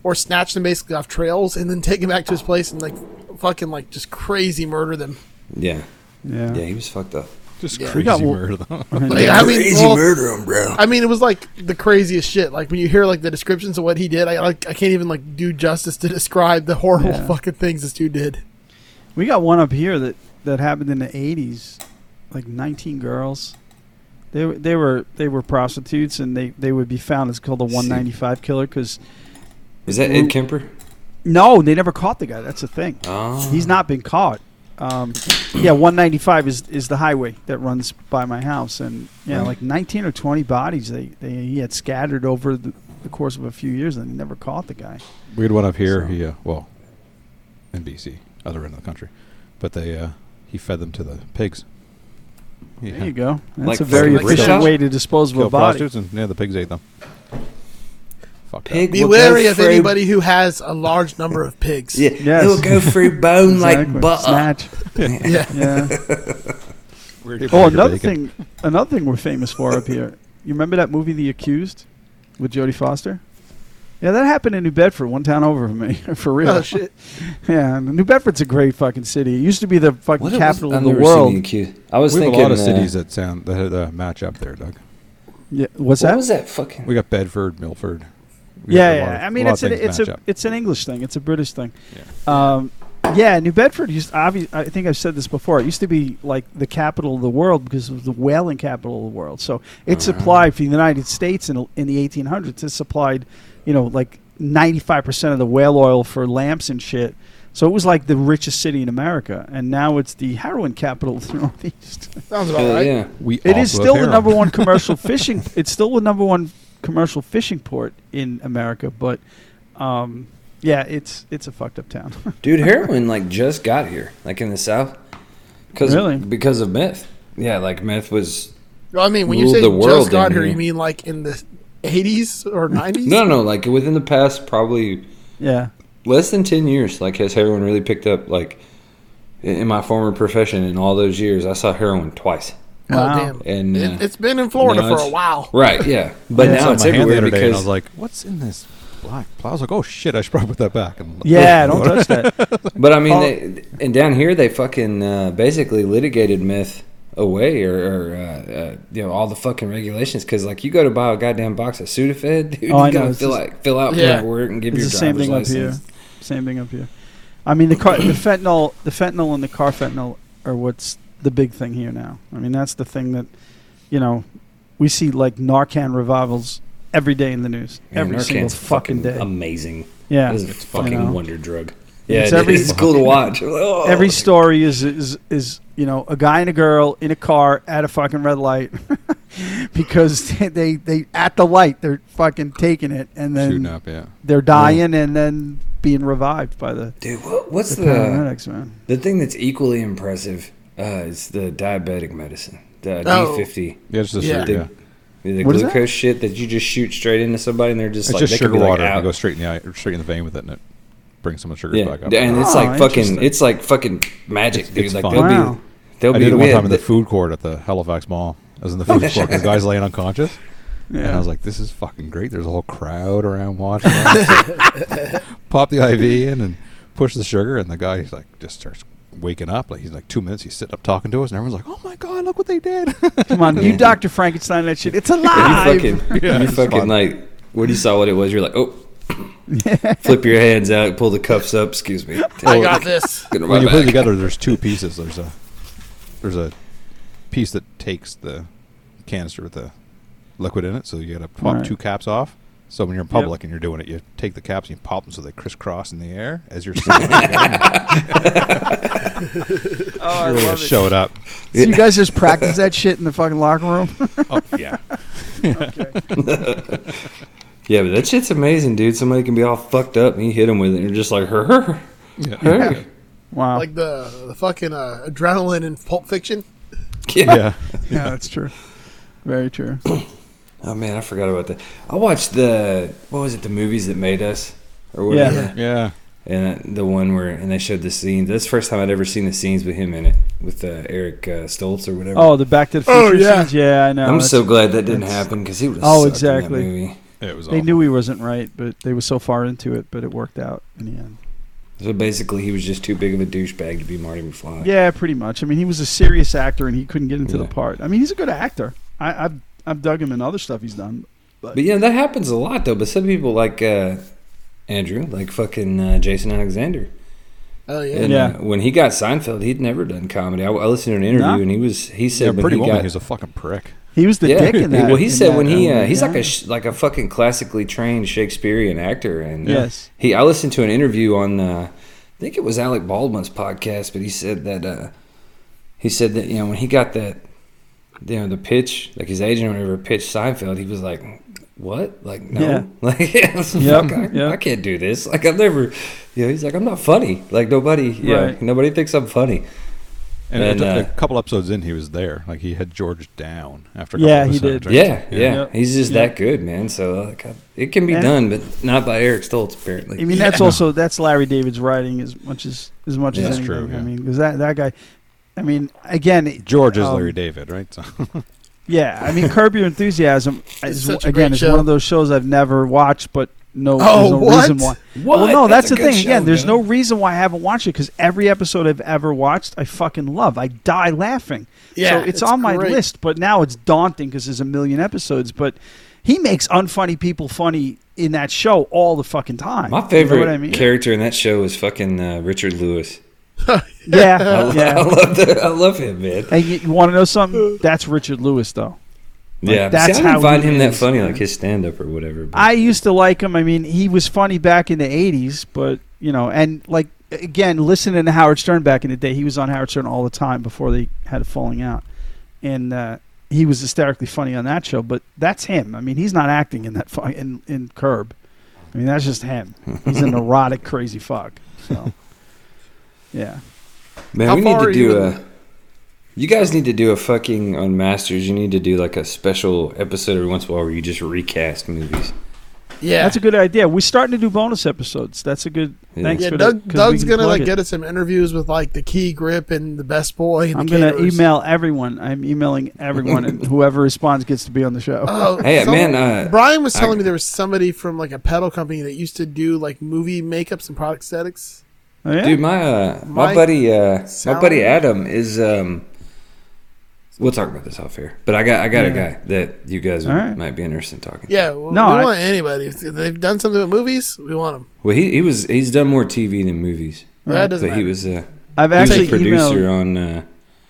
or snatch them basically off trails and then take them back to his place and like fucking like just crazy murder them. Yeah, yeah. yeah, he was fucked up. Just yeah. crazy got wo- murder, though. Like, I mean, well, bro. I mean, it was like the craziest shit. Like when you hear like the descriptions of what he did, I like I can't even like do justice to describe the horrible Yeah. fucking things this dude did. We got one up here that that happened in the '80s. Like 19 girls. They were they were they were prostitutes and they they would be found. It's called the 195 killer because Is that Ed Kemper? no, they never caught the guy. That's the thing. Oh, He's not been caught. Um, yeah, 195 is is the highway that runs by my house, and yeah, Right. like 19 or 20 bodies they, they he had scattered over the, the course of a few years, and he never caught the guy. We had one up here. So- He uh, well, in BC, other end of the country, but they uh, he fed them to the pigs. Yeah. There you go. That's Like a very fucking efficient rickshaw? way to dispose of Kill a body. prostitutes and yeah, the pigs ate them. Fuck that. Pig Be will go wary of through- anybody who has a large number of pigs. Yeah, Yes. it'll go through bone Exactly. like butter. Snatch. yeah. Yeah. Where'd you oh, find your another bacon? thing. Another thing we're famous for up here. You remember that movie, The Accused, with Jodie Foster? Yeah, that happened in New Bedford, one town over from me, for real. Oh shit! Yeah, and New Bedford's a great fucking city. It used to be the fucking What capital I've of the never seen world. the accused. I was We have a thinking lot of uh, cities that sound that uh, match up there, Doug. Yeah, what's What that? was that fucking? We got Bedford, Milford. We yeah, got a lot yeah. of- I a mean, lot it's of an things it's match a up. it's an English thing. It's a British thing. Yeah. Um, yeah, New Bedford used obvious. I think I've said this before. It used to be like the capital of the world because it was the whaling capital of the world. So Oh, it supplied for the United States in in the 1800s. It supplied, you know, like 95 percent of the whale oil for lamps and shit. So it was like the richest city in America, and now it's the heroin capital of the Northeast. Sounds about Hell right. yeah. We It also is have still the heroin. number one commercial fishing. It's still the number one commercial fishing port in America, but um, yeah, it's it's a fucked up town. Dude, heroin like just got here, like in the South, because Really? because of meth. Yeah, like meth was Well, I mean, when you Ruled say the world, just got didn't here, he? you mean like in the 80s or 90s? no, no, like within the past probably yeah, less than ten years. Like has heroin really picked up? Like in in my former profession, in all those years, I saw heroin twice. Oh, Wow. damn. And, uh, it, it's been in Florida no, for a it's- while. Right, yeah, but Yeah. now Saw it it's in my hand the everywhere other day, and I because was like, "What's in this black?" pla-" I was like, "Oh shit! I should probably put that back." And yeah, don't touch that. But I mean, Oh. they, and down here they fucking uh, basically litigated meth away, or, or uh, uh, you know all the fucking regulations. Because like you go to buy a goddamn box of Sudafed, dude, Oh, I you know, gotta it's fill just- out fill out Yeah. paperwork and give It's your the same driver's thing up here. license. Same thing up here. I mean, the car, the fentanyl, the fentanyl and the carfentanyl are what's the big thing here now. I mean, that's the thing that you know we see like Narcan revivals every day in the news, Man, every Narcan's um, single fucking day. amazing. yeah, This is a fucking know. wonder drug. Yeah, It's it's, every- it's cool to watch. Oh. every story is, is is you know a guy and a girl in a car at a fucking red light because they, they they at the light they're fucking taking it and shooting then up. Yeah, they're dying and then being revived by the, dude. What, what's the the paramedics man the thing that's equally impressive? Uh, is the diabetic medicine, the Oh. D50. yeah, it's just Yeah. yeah. The, yeah. the What is glucose shit that you just shoot straight into somebody and they're just It's like just they could sugar be, like, water. out. you go straight in the eye, straight in the vein with it, and it brings some of the sugars yeah. back up. and it's Oh, like fucking interesting. it's like fucking magic, It's- dude. it's like fun. they'll Wow. be they'll I be did it one with time in the the- food court at the Halifax Mall. I was in the food court. The guy's laying unconscious, and I was like, "This is fucking great." There's a whole crowd around watching. us. Pop the IV in and push the sugar, and the guy he's like just starts waking up. Like he's like two minutes. He's sitting up talking to us, and everyone's like, "Oh my god, look what they did!" come on you Yeah. Dr. Frankenstein that shit it's and alive you fucking Yeah, you it's fucking fun. like when you saw what it was, you're like, oh flip your hands out, pull the cuffs up, excuse me. I got this. Get on when my you put it back. together, there's two pieces. There's a there's a piece that takes the canister with the liquid in it, so you got to pop Right. two caps off. So when you're in public and you're doing it, you take the caps and you pop them so they crisscross in the air as you're sitting there. oh, I Really show it up. so you guys just practice that shit in the fucking locker room Oh, yeah, Yeah, but that shit's amazing, dude. Somebody can be all fucked up and you hit them with it and you're just like her her. yeah. wow Like the, the fucking uh, adrenaline in Pulp Fiction. Yeah. yeah. yeah that's true very true Oh man, I forgot about that. I watched the what was it, the movies that made us? Or Yeah. whatever. Yeah. and the one where and they showed the scene. That's the first time I'd ever seen the scenes with him in it with uh, Eric uh, Stoltz or whatever. oh the Back to the Future Oh, yeah. scenes? yeah I know I'm that's- so glad that didn't that's- happen because he would have. Oh, Oh, exactly. exactly. In that movie. It was. they awful. knew he wasn't right but they were so far into it but it worked out in the end So basically, he was just too big of a douchebag to be Marty McFly. Yeah, pretty much. I mean, he was a serious actor, and he couldn't get into the Yeah. part. I mean, he's a good actor. I, I've I've dug him in other stuff he's done. But yeah, that happens a lot though. But some people like uh, Andrew, like fucking uh, Jason Alexander. Oh, yeah. And, Yeah. uh, when he got Seinfeld, he'd never done comedy. I, I listened to an interview No? and he was he Yeah, said when Pretty he Woman. got he was a fucking prick. He was the dick in that. Well, he in said that, when he um, uh, he's like yeah. a sh- like a fucking classically trained Shakespearean actor, and uh, Yes. he I listened to an interview on uh, I think it was Alec Baldwin's podcast, but he said that uh, he said that you know when he got that you know the pitch like his agent or whatever pitched Seinfeld, he was like. What? Like no? Yeah. Like yeah, I was like, Yep, fuck, I, yep. I can't do this. Like I've never, you know. He's like, I'm not funny. Like nobody, yeah, Right. nobody thinks I'm funny. And, And, it took- uh, a couple episodes in, he was there. Like he had George down after. A couple Yeah, he episodes, did. right? Yeah, yeah, Yeah. he's just Yeah. that good, man. So like, I- it can be And- done, but not by Eric Stoltz, apparently. I mean, that's also that's Larry David's writing as much as as much Yeah. as That's anything. true, I yeah. mean, because that that guy. I mean, again, it- George is um, Larry David, right? So, Yeah, I mean, Curb Your Enthusiasm is such a great again is show. one of those shows I've never watched, but no, Oh, there's no what? reason why. What? Well, no, that's, That's the a good thing. again, show, there's dude. no reason why I haven't watched it because every episode I've ever watched, I fucking love. I die laughing. Yeah, so it's, it's on my great. list, but now it's daunting because there's a million episodes. But he makes unfunny people funny in that show all the fucking time. My favorite you know what I mean? character in that show is fucking uh, Richard Lewis. Uh, yeah, I yeah. love that. I love him, man. And you, you want to know something? That's Richard Lewis, though. yeah, that's See, I didn't how find he him that is, funny, man. like his stand up or whatever. But I used to like him. I mean, he was funny back in the '80s, but you know, and like again, listening to Howard Stern back in the day, he was on Howard Stern all the time before they had a falling out, and uh, he was hysterically funny on that show. But that's him. I mean, he's not acting in that fu- in in Curb. I mean, that's just him. He's an neurotic, crazy fuck. So, yeah. Man, How we far need are to you do in- a. You guys need to do a fucking on Masters. You need to do like a special episode every once in a while where you just recast movies. Yeah, that's a good idea. We're starting to do bonus episodes. That's a good. Yeah. Thanks yeah. for that, Doug, 'cause we Doug's can gonna plug like it. get us some interviews with like the Key Grip and the Best Boy. And I'm the gonna Caterers. email everyone. I'm emailing everyone, and whoever responds gets to be on the show. Oh, Hey, some- man, uh, Brian was I- telling me there was somebody from like a pedal company that used to do like movie makeups and product aesthetics. Oh, yeah? dude, my uh, my Mike buddy, uh, my Sal- buddy Adam is. Um, we'll talk about this off here, but I got I got a Yeah. guy that you guys All right. might be interested in talking. to. Yeah, well, No, we I- want anybody. If they've done something with movies, we want them. Well, he, he was he's done more TV than movies, Right. That doesn't but he matter. was uh, I've he was actually a producer emailed. on. Uh,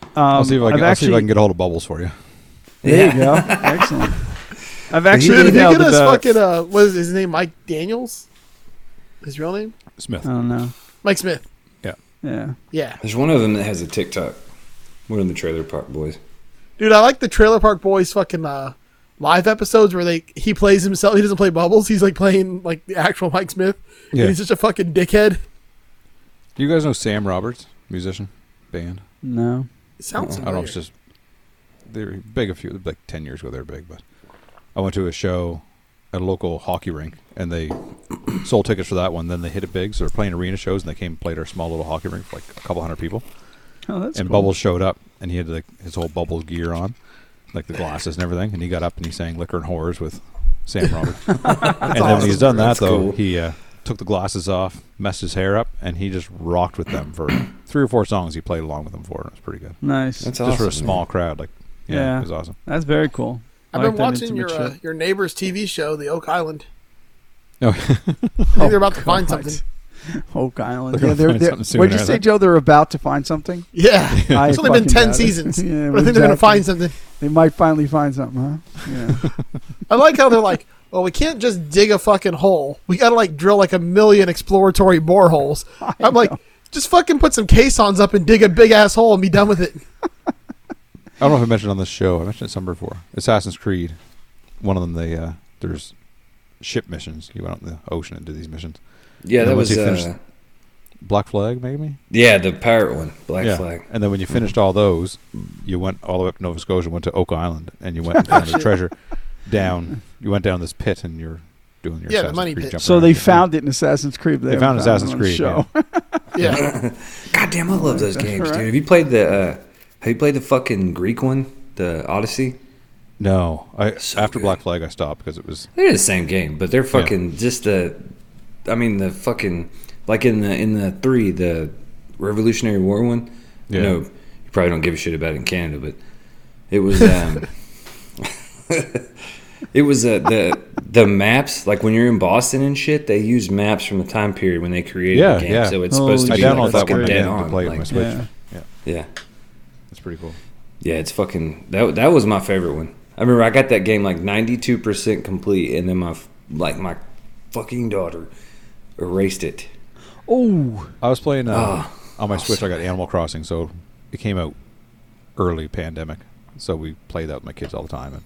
Um, I'll see if I have can, I'll see if I actually- can get a hold of Bubbles for you. There you Yeah. go. Excellent. I've he actually Dude, if you emailed get us about- fucking uh, what is his name? Mike Daniels. His real name? Smith. I don't know. Mike Smith. Yeah. Yeah, There's one of them that has a TikTok. One of the Trailer Park Boys. dude, I like the Trailer Park Boys fucking uh, live episodes where they he plays himself. He doesn't play Bubbles. He's like playing like the actual Mike Smith. Yeah. And he's such a fucking dickhead. Do you guys know Sam Roberts, musician, band? No. It sounds. I don't know. It's familiar. just they were big a few like ten years ago. They were big, but I went to a show at a local hockey rink, and they sold tickets for that one. Then they hit it big, so they're playing arena shows, and they came and played our small little hockey rink for like a couple hundred people. Oh, that's and cool. Bubbles showed up, and he had like his whole Bubbles gear on, like the glasses and everything. And he got up and he sang "Liquor and Horrors" with Sam Roberts. and then when awesome. he's done that, That's though, cool. he uh, took the glasses off, messed his hair up, and he just rocked with them for three or four songs. He played along with them for, and it was pretty good. Nice. That's That's, just for a awesome, small man. crowd, like yeah, Yeah. it was awesome. very cool. I've I like been that watching your intimate uh, shit. Oh. your neighbor's TV show, The Oak Island. No, I think they're about to find God. something. Oak Island. They're gonna Yeah, they're, find they're, something soon, what'd you aren't say, they? Joe? They're about to find something. Yeah, I it's only been fucking ten doubt it. seasons, yeah, but I think they're gonna exactly. find something. They might finally find something, huh? Yeah. I like how they're like, well, we can't just dig a fucking hole. We gotta like drill like a million exploratory boreholes. I'm like, just fucking put some caissons up and dig a big ass hole and be done with it. I don't know if I mentioned it on this show. I mentioned it somewhere before. Assassin's Creed. One of them, they uh, there's ship missions. You went out in the ocean and did these missions. Yeah, And that once was he finished- uh, Black Flag, maybe. yeah the pirate one, Black Flag. And then when you finished all those, you went all the way up to Nova Scotia, went to Oak Island, and you went and found the treasure down. You went down this pit, and you're doing your Yeah, the Assassin's money Creed pit. jumping so around. they found it in Assassin's Creed. They haven't found it Assassin's on the Creed. Show. yeah. Yeah, God damn, I love those That's games, right. dude. Have you played the uh, Have you played the fucking Greek one, the Odyssey? No, I So after good. Black Flag, I stopped because it was They're the same game, but they're fucking just the. I mean the fucking like in the in the three the Revolutionary War one. Yeah. I know you probably don't give a shit about it in Canada, but it was um, it was uh, the the maps like when you're in Boston and shit. They use maps from the time period when they created Yeah, the game, yeah. so it's Holy supposed to I be shit, like, downloaded that fucking one dead again to on. play with like- my Switch. Yeah. Yeah. yeah. that's pretty cool. Yeah, it's fucking that. That was my favorite one. I remember I got that game like ninety two percent complete, and then my f- like my fucking daughter erased it. Oh, I was playing uh, Ah, on my Switch. I got Animal Crossing, so it came out early pandemic, so we played that with my kids all the time. And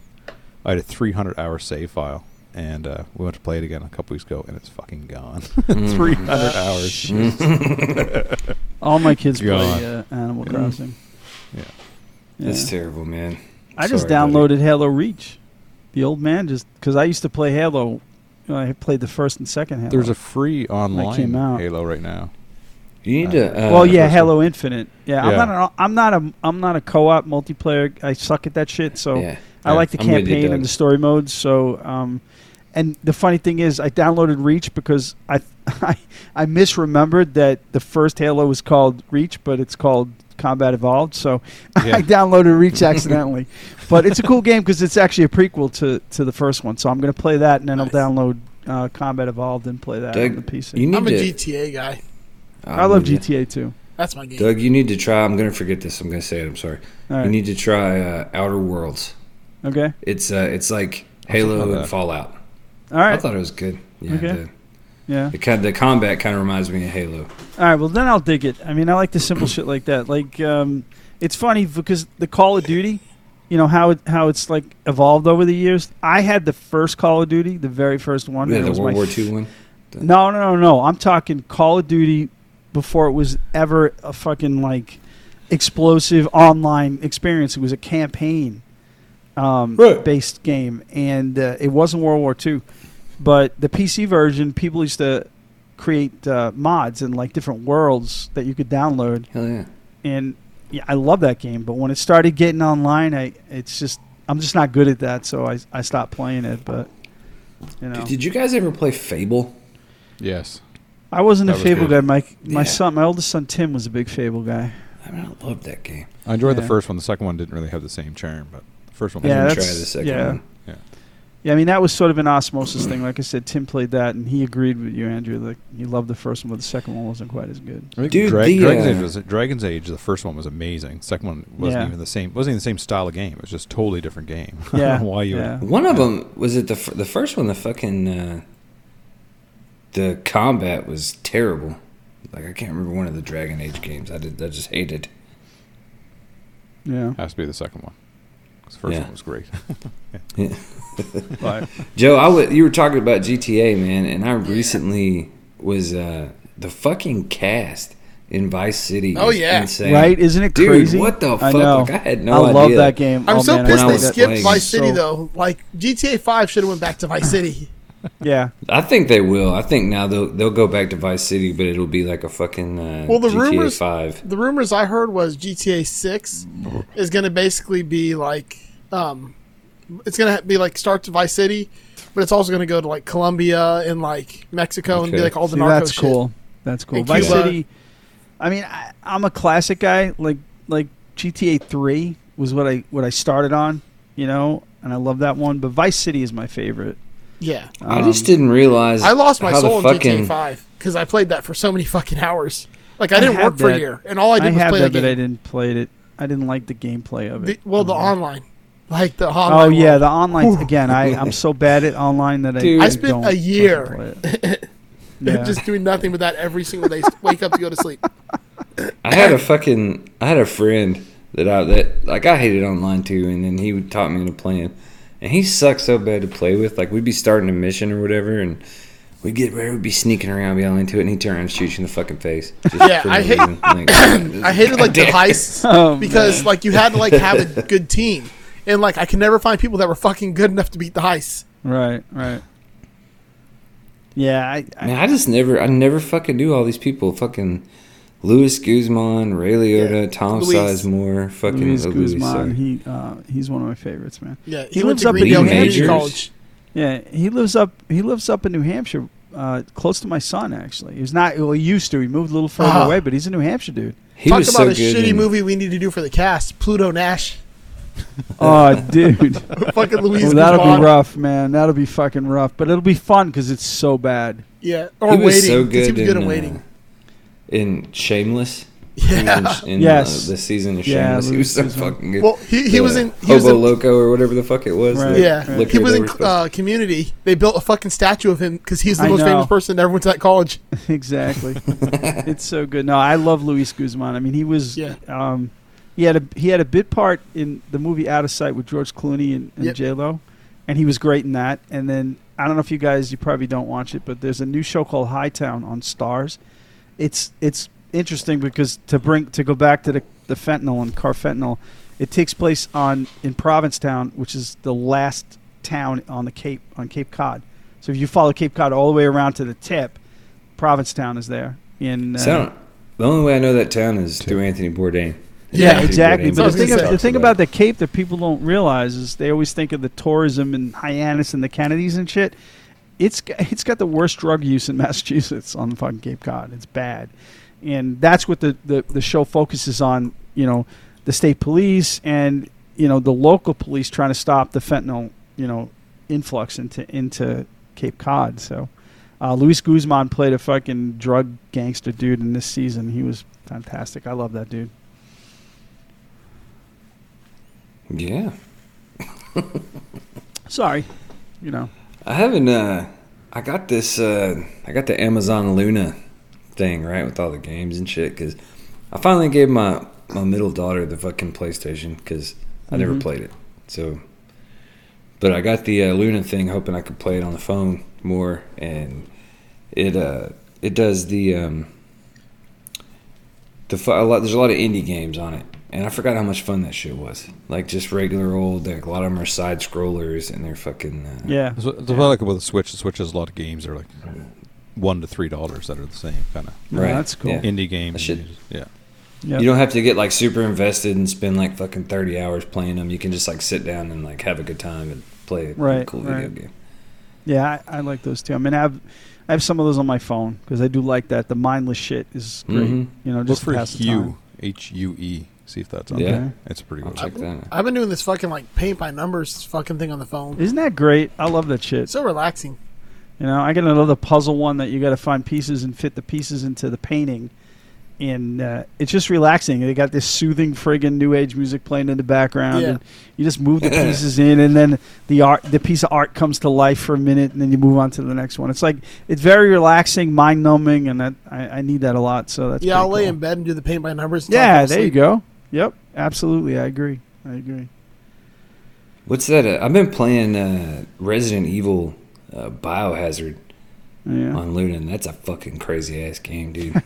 I had a 300 hour save file, and uh, we went to play it again a couple weeks ago, and it's fucking gone. Mm. 300 hours. all my kids play God. uh, Animal Crossing. Yeah. Yeah. It's terrible, man. I just Sorry, downloaded buddy. Halo Reach. The old man just because I used to play Halo. I played the first and second Halo. There's a free came online out. Halo right now. You need to. Uh, well, yeah, first Halo Infinite. Yeah, Yeah. I'm not. An, I'm not a. I'm not a co-op multiplayer. I suck at that shit. So yeah. I like the I'm with you, campaign Doug. and the story modes. So, um, and the funny thing is, I downloaded Reach because I, I, I misremembered that the first Halo was called Reach, but it's called Combat Evolved. So Yeah. I downloaded Reach accidentally, but it's a cool game because it's actually a prequel to to the first one. So I'm gonna play that, and then Nice. I'll download uh, Combat Evolved and play that on Doug, the PC. you need I'm a to. GTA guy. I'm I love with you. GTA too. That's my game. Doug, you need to try. I'm gonna forget this. I'm gonna say it. I'm sorry. All right. You need to try uh, Outer Worlds. okay. It's uh, it's like thinking Halo about and that. Fallout. All right. I thought it was good. Yeah, Okay. the- Yeah. The, ki- the combat kind of reminds me of Halo. All right. Well, then I'll dig it. I mean, I like the simple shit like that. Like, um, it's funny because the Call of Duty, you know how it, how it's like evolved over the years. I had the first Call of Duty, the very first one. Yeah, and it the was World my War II one. No, no, no, no. I'm talking Call of Duty before it was ever a fucking like explosive online experience. It was a campaign um, Right. based game, and uh, it wasn't World War II. But the PC version, people used to create uh, mods and like different worlds that you could download, Hell yeah. and yeah, I love that game. But when it started getting online, I it's just I'm just not good at that, so I I stopped playing it. But you know, Did, did you guys ever play Fable? Yes. I wasn't That a was Fable good. guy. My my Yeah. son, my oldest son Tim, was a big Fable guy. I mean, I loved that game. I enjoyed Yeah. the first one. The second one didn't really have the same charm, but the first one. Yeah, I was didn't try that's- the second yeah. one. Yeah, I mean that was sort of an osmosis thing. Like I said, Tim played that, and he agreed with you, Andrew. Like he loved the first one, but the second one wasn't quite as good. I think Dude, Drag- the, Dragon's, uh, Age was, Dragon's Age, the first one was amazing. The second one wasn't Yeah. even the same. Wasn't even the same style of game. It was just totally different game. I don't Yeah, know why you? would- yeah. One of them was it the f- the first one. The fucking uh, the combat was terrible. Like I can't remember one of the Dragon Age games. I did. I just hated. Yeah, has to be the second one. 'Cause The first Yeah. one was great. but Joe, I w- you were talking about GTA, man, and I recently was uh, the fucking cast in Vice City. Oh, is yeah. insane. right? Isn't it Dude, crazy? what the I fuck? know. Like, I had no I love idea. that game. I'm Oh, so man, I pissed when played they was that skipped game. playing- Vice City So- though. Like GTA Five should have went back to Vice City. Yeah, I think they will. I think now they'll they'll go back to Vice City, but it'll be like a fucking uh, Well, the GTA rumors- Five. The rumors I heard was GTA Six is going to basically be like, um, it's going to be like start to Vice City, but it's also going to go to like Colombia and like Mexico and be Okay. like all the See, narco that's shit. cool. That's cool. And Vice Cuba. City. I mean, I, I'm a classic guy. Like like GTA Three was what I what I started on. You know, and I love that one. But Vice City is my favorite. Yeah, I Um, just didn't realize. I lost my how the soul in GTA fucking- Five because I played that for so many fucking hours. Like I I didn't have work for a that. year, and all I I, did was have play that, that but I game. didn't play it. I didn't like the gameplay of The- it. well, the online, like the online. oh one. yeah, the online again. I I'm so bad at online that Dude. I I spent don't a year- fucking play it. Yeah. just doing nothing but that every single day. Wake up to go to sleep. I had a fucking I had a friend that I that like I hated online too, and then he would taught me to play it. And he sucked so bad to play with. Like we'd be starting a mission or whatever, and we'd get ready, we'd be sneaking around, be all into it, and he'd turn around and shoot you in the fucking face. Just Yeah, for I no hate- reason. Like, I hated like the goddamn. heists Oh, because like you had to like have a good team, and like I could never find people that were fucking good enough to beat the heists. right, right. Yeah, I, I Man, I just never, I never fucking knew all these people. Fucking Louis Guzman, Ray Liotta, Yeah. Tom Luis. Sizemore, fucking Luis uh, Guzman. sorry. He uh, he's one of my favorites, man. Yeah, he, He went lives to up in Greendale Lee Community Majors. College. Yeah, he lives up. He lives up in New Hampshire, uh, close to my son. Actually, he's not. Well, he used to. He moved a little further Ah. away, but he's a New Hampshire dude. He Talk was about so a good shitty in- movie we need to do for the cast. Pluto Nash, Oh, dude, fucking Louise Well, that'll Guzman. be rough, man. That'll be fucking rough, but it'll be fun because it's so bad. Yeah, He or was waiting. so 'cause he good was good in, at uh, waiting. in Shameless. in, yeah. in Yes. uh, the season of Yeah, Shameless. he was so Louis Guzman. fucking good. Well, he, he The was in he Hobo was in, Loco or whatever the fuck it was. Right. the yeah Right. liquor he was they in were supposed uh, Community. They built a fucking statue of him because he's the I most know. famous person that ever went to that college. exactly. it's so good. No, I love Luis Guzman. I mean, he was. Yeah. Um, he had a he had a bit part in the movie Out of Sight with George Clooney and, and Yep. J Lo, and he was great in that. And then I don't know if you guys you probably don't watch it, but there's a new show called Hightown on Stars. It's it's interesting because to bring to go back to the the fentanyl and carfentanil, it takes place on in Provincetown, which is the last town on the Cape on Cape Cod. So if you follow Cape Cod all the way around to the tip, Provincetown is there. In uh, to. Sound- the only way I know that town is through Anthony Bourdain. Yeah, Anthony exactly. But the Bourdain That's what I was thing, gonna of, say. the thing about the Cape that people don't realize is they always think of the tourism and Hyannis and the Kennedys and shit. It's g- it's got the worst drug use in Massachusetts on the fucking Cape Cod. It's bad, and that's what the the, the show focuses on. You know, the state police and you know the local police trying to stop the fentanyl you know influx into into Cape Cod. So. Uh, Luis Guzman played a fucking drug gangster dude in this season. He was fantastic. I love that dude. yeah, Sorry. You know. I haven't. Uh, I got this. Uh, I got the Amazon Luna thing right with all the games and shit. Because I finally gave my my middle daughter the fucking PlayStation because I never Mhm. played it. So, but I got the uh, Luna thing hoping I could play it on the phone more, and it uh it does the um the fu- a lot. There's a lot of indie games on it. And I forgot how much fun that shit was. Like just regular old, like a lot of them are side scrollers, and they're fucking uh, Yeah. That's what, that's what I like about the Switch. The Switch has a lot of games that are like one to three dollars that are the same kind of No, Right. That's cool. Yeah. indie games. That shit- Yeah, Yep. You don't have to get like super invested and spend like fucking 30 hours playing them. You can just like sit down and like have a good time and play a Right, cool video right. game. Yeah, I, I like those too. I mean, I have, I have some of those on my phone because I do like that. The mindless shit is great. Mhm. You know, look just for to pass the time. Hue, H U E. See if that's on Yeah. there. It's a pretty I'll good. check that out. I've been doing this fucking like paint by numbers fucking thing on the phone. Isn't that great? I love that shit. It's so relaxing. You know, I got another puzzle one that you got to find pieces and fit the pieces into the painting, and uh, it's just relaxing. They got this soothing friggin' new age music playing in the background, Yeah. and you just move the pieces in, and then the art, the piece of art comes to life for a minute, and then you move on to the next one. It's like it's very relaxing, mind numbing, and that, I, I need that a lot. So that's yeah, I'll pretty lay cool. in bed and do the paint by numbers. until I Yeah, fall there you asleep. go. Yep, absolutely. I agree. I agree. What's that? Uh, I've been playing uh, Resident Evil uh, Biohazard Yeah. on Luna, and that's a fucking crazy ass game, dude.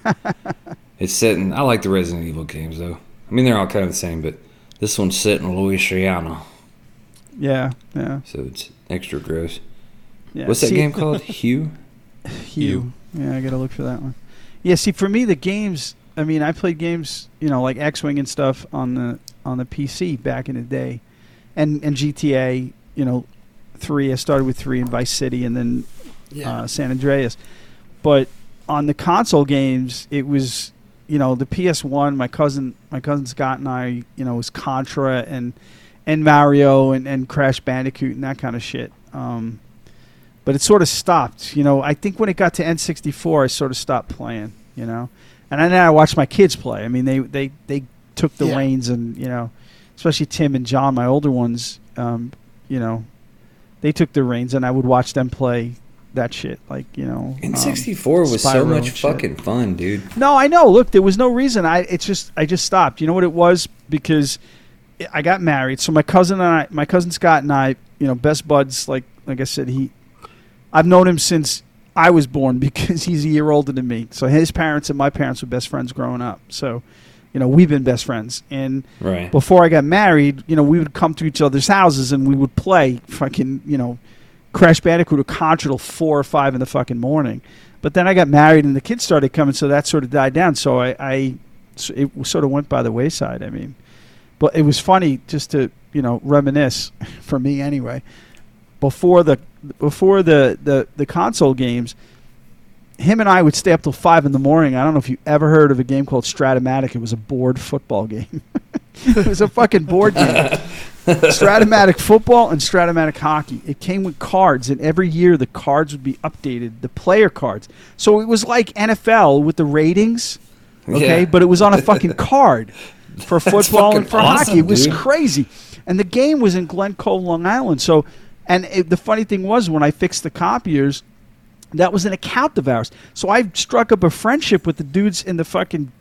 it's set in. I like the Resident Evil games though. I mean, they're all kind of the same, but this one's set in Louisiana, Yeah. Yeah. so it's extra gross. yeah. What's that See, game called? Hue? Hue. Yeah, I gotta look for that one. Yeah, see, for me, the games. I mean, I played games, you know, like X Wing and stuff on the on the PC back in the day, and and GTA, you know, three. I started with three and Vice City, and then Yeah. uh, San Andreas. But on the console games, it was you know the PS1. My cousin, my cousin Scott and I, you know, was Contra and and Mario and and Crash Bandicoot and that kind of shit. Um, but it sort of stopped. You know, I think when it got to N64, I sort of stopped playing. You know, and then I watched my kids play. I mean, they they they took the Yeah. reins and you know, especially Tim and John, my older ones. Um, you know, they took the reins, and I would watch them play that shit. Like you know, um, N64 was so Spyro much and shit. fucking fun, dude. no, I know. Look, there was no reason. I it's just I just stopped. You know what it was because I- I got married. So my cousin and I, my cousin Scott and I, you know, best buds. Like like I said, he, I've known him since I was born because he's a year older than me. So his parents and my parents were best friends growing up. So, you know, we've been best friends and Right. before I got married, you know, we would come to each other's houses and we would play fucking, you know, Crash Bandicoot or Contra till four or five in the fucking morning. But then I got married and the kids started coming, so that sort of died down. So I, I so it sort of went by the wayside. I mean, but it was funny just to you know reminisce for me anyway. Before the before the the, the console games. Him and I would stay up till five in the morning. I don't know if you ever heard of a game called Stratomatic. It was a board football game. it was a fucking board game. Stratomatic football and Stratomatic hockey. It came with cards, and every year the cards would be updated, the player cards. So it was like NFL with the ratings, okay? Yeah. But it was on a fucking card for football and fucking for hockey. awesome, It was dude. crazy. And the game was in Glencoe, Long Island. So, and it, the funny thing was when I fixed the copiers, that was an account of ours. So I struck up a friendship with the dudes in the fucking,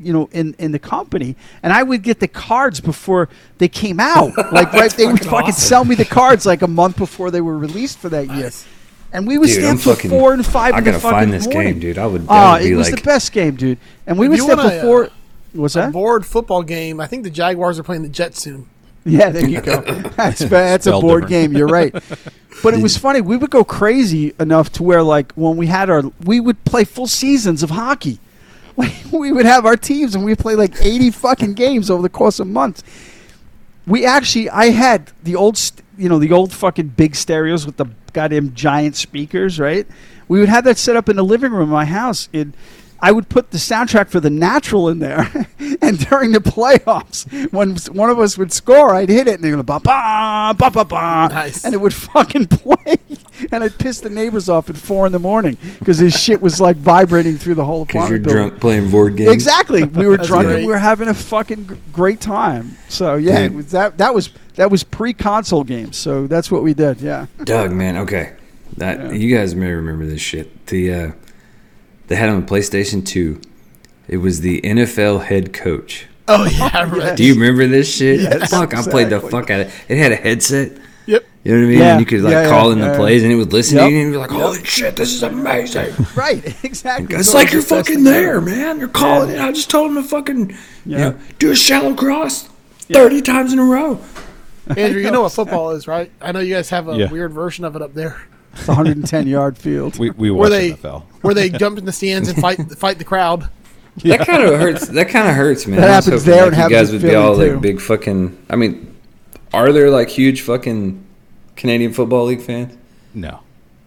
you know, in, in the company, and I would get the cards before they came out. Like right, they would fucking fucking awesome. sell me the cards like a month before they were released for that year. And we would Dude, stand I'm for fucking- four and five. I in the gotta find fucking this morning. game, dude. I would. that Ah, would be it was like, the best game, dude. And we If would you stand wanna, for uh, four. What's that? Board football game. I think the Jaguars are playing the Jets soon. Yeah, there you go. That's, ba- that's a Spelled board different. game. You're right. But it was funny. We would go crazy enough to where, like, when we had our, we would play full seasons of hockey. We would have our teams and we'd play like 80 fucking games over the course of months. We actually, I had the old, st- you know, the old fucking big stereos with the goddamn giant speakers, right? We would have that set up in the living room of my house. It, I would put the soundtrack for The Natural in there, and during the playoffs, when s- one of us would score, I'd hit it, and they would ba ba ba ba ba, Nice. and it would fucking play, and I'd piss the neighbors off at four in the morning because this shit was like vibrating through the whole Because apartment. you're building. drunk playing board games. Exactly. We were That's drunk and great. we were having a fucking gr- great time. So yeah, it Dude. was that that was that was pre console games. So that's what we did. Yeah. Doug, man. Okay. That Yeah. you guys may remember this shit. The uh, they had on PlayStation Two. It was the NFL head coach. Oh yeah, I remember that. Do you remember this shit? Yes, fuck, I played the exactly. fuck out of it. It had a headset. Yep. You know what I mean? Yeah, And you could like yeah, call yeah, in the yeah. plays, and it would listen to Yep. you, and you'd be like, "Holy shit, this is amazing!" Right, exactly. It's like you're fucking there, man. You're calling it. I just told him to fucking you Yeah. know, do a shallow cross thirty times in a row. Andrew, you know what football is, right? I know you guys have a Yeah. weird version of it up there, It's a 110 yard field. We we Were watch they- NFL. where they jump in the stands and fight fight the crowd. That kind of hurts. That kind of hurts, man. That I was happens hoping, there like, and you happens guys in would be all Philly, like too. big fucking. I mean, are there like huge fucking Canadian Football League fans? No,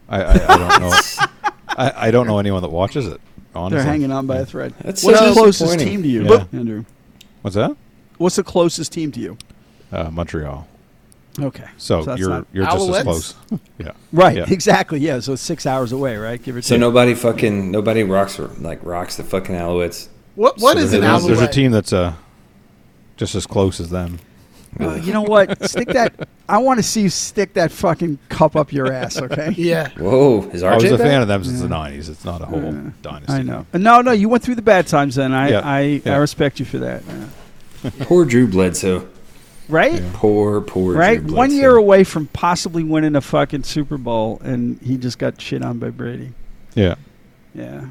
I, I, I don't know. I, I don't know anyone that watches it. Honestly, They're hanging on by a thread. That's What's so the closest disappointing. team to you, Yeah. Andrew? What's that? What's the closest team to you? Uh, Montreal. Okay. So, that's you're not- you're just Alouettes? as close. yeah. right. Yeah. Exactly. Yeah. So it's six hours away, right? Give or So take. nobody fucking nobody rocks like rocks the fucking Alouettes. What what So is there's- an There's, Alouette? there's a team that's uh, just as close as them. Uh, you know what? stick that. I want to see you stick that fucking cup up your ass. Okay. Yeah, Whoa, is RJ I was a back? fan of them since the '90s. It's not a whole Yeah. dynasty. I know. No, no. You went through the bad times, then. I, Yeah. I, I Yeah. respect you for that. Yeah. Poor Drew Bledsoe. Right. Poor, poor. Right, Drew one Bledsoe. year away from possibly winning a fucking Super Bowl, and he just got shit on by Brady. Yeah. Yeah.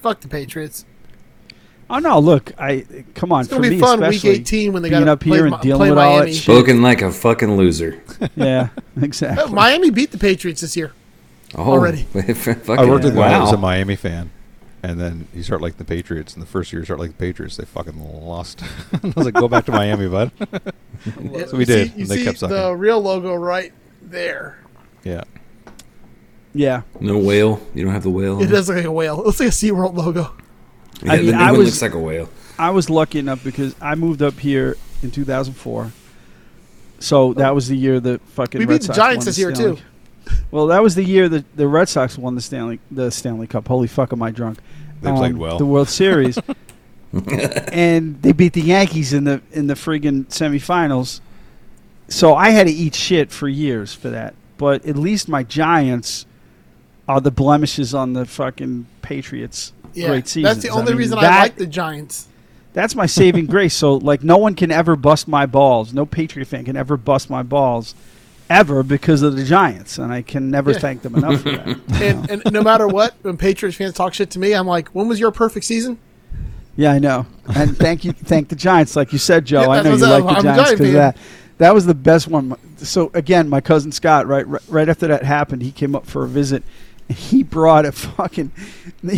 fuck the Patriots. Oh no! Look, I come on It's for gonna be me fun week especially. 18 when they being got up here and dealing play with all that Miami. shit. Spoken like a fucking loser. yeah, Oh, exactly. Miami beat the Patriots this year. Oh, Already. fucking I worked with one that was wow. a Miami fan, and then he started liking the Patriots. And the first year, he started liking the Patriots. They fucking lost. I was like, "Go back to Miami, bud." So we You did, See, you and they see kept sucking. the real logo right there. yeah. yeah, No whale. You don't have the whale. Uh-huh. It does look like a whale. It looks like a SeaWorld logo. Yeah, I the mean, new I one was- looks like a whale. I was lucky enough because I moved up here in 2004. So that was the year the fucking We Red beat the Sox Giants won the this year, Stanley- too. Well, that was the year that the Red Sox won the Stanley the Stanley Cup. Holy fuck, am I drunk? They played well. Um, The World Series, and they beat the Yankees in the in the friggin' semifinals. So I had to eat shit for years for that. But at least my Giants are the blemishes on the fucking Patriots. Yeah, great season. that's the only reason I like the Giants. That's my saving grace. So like, no one can ever bust my balls. No Patriot fan can ever bust my balls, ever because of the Giants, and I can never Yeah. thank them enough for that. And, and no matter what, when Patriots fans talk shit to me, I'm like, when was your perfect season? Yeah, I know. And thank you, thank the Giants, like you said, Joe. Yeah, I that know you was- I'm- like the I'm a Giants Giant because fan. that that was the best one. So again, my cousin Scott, right, right, right after that happened, he came up for a visit. And he brought a fucking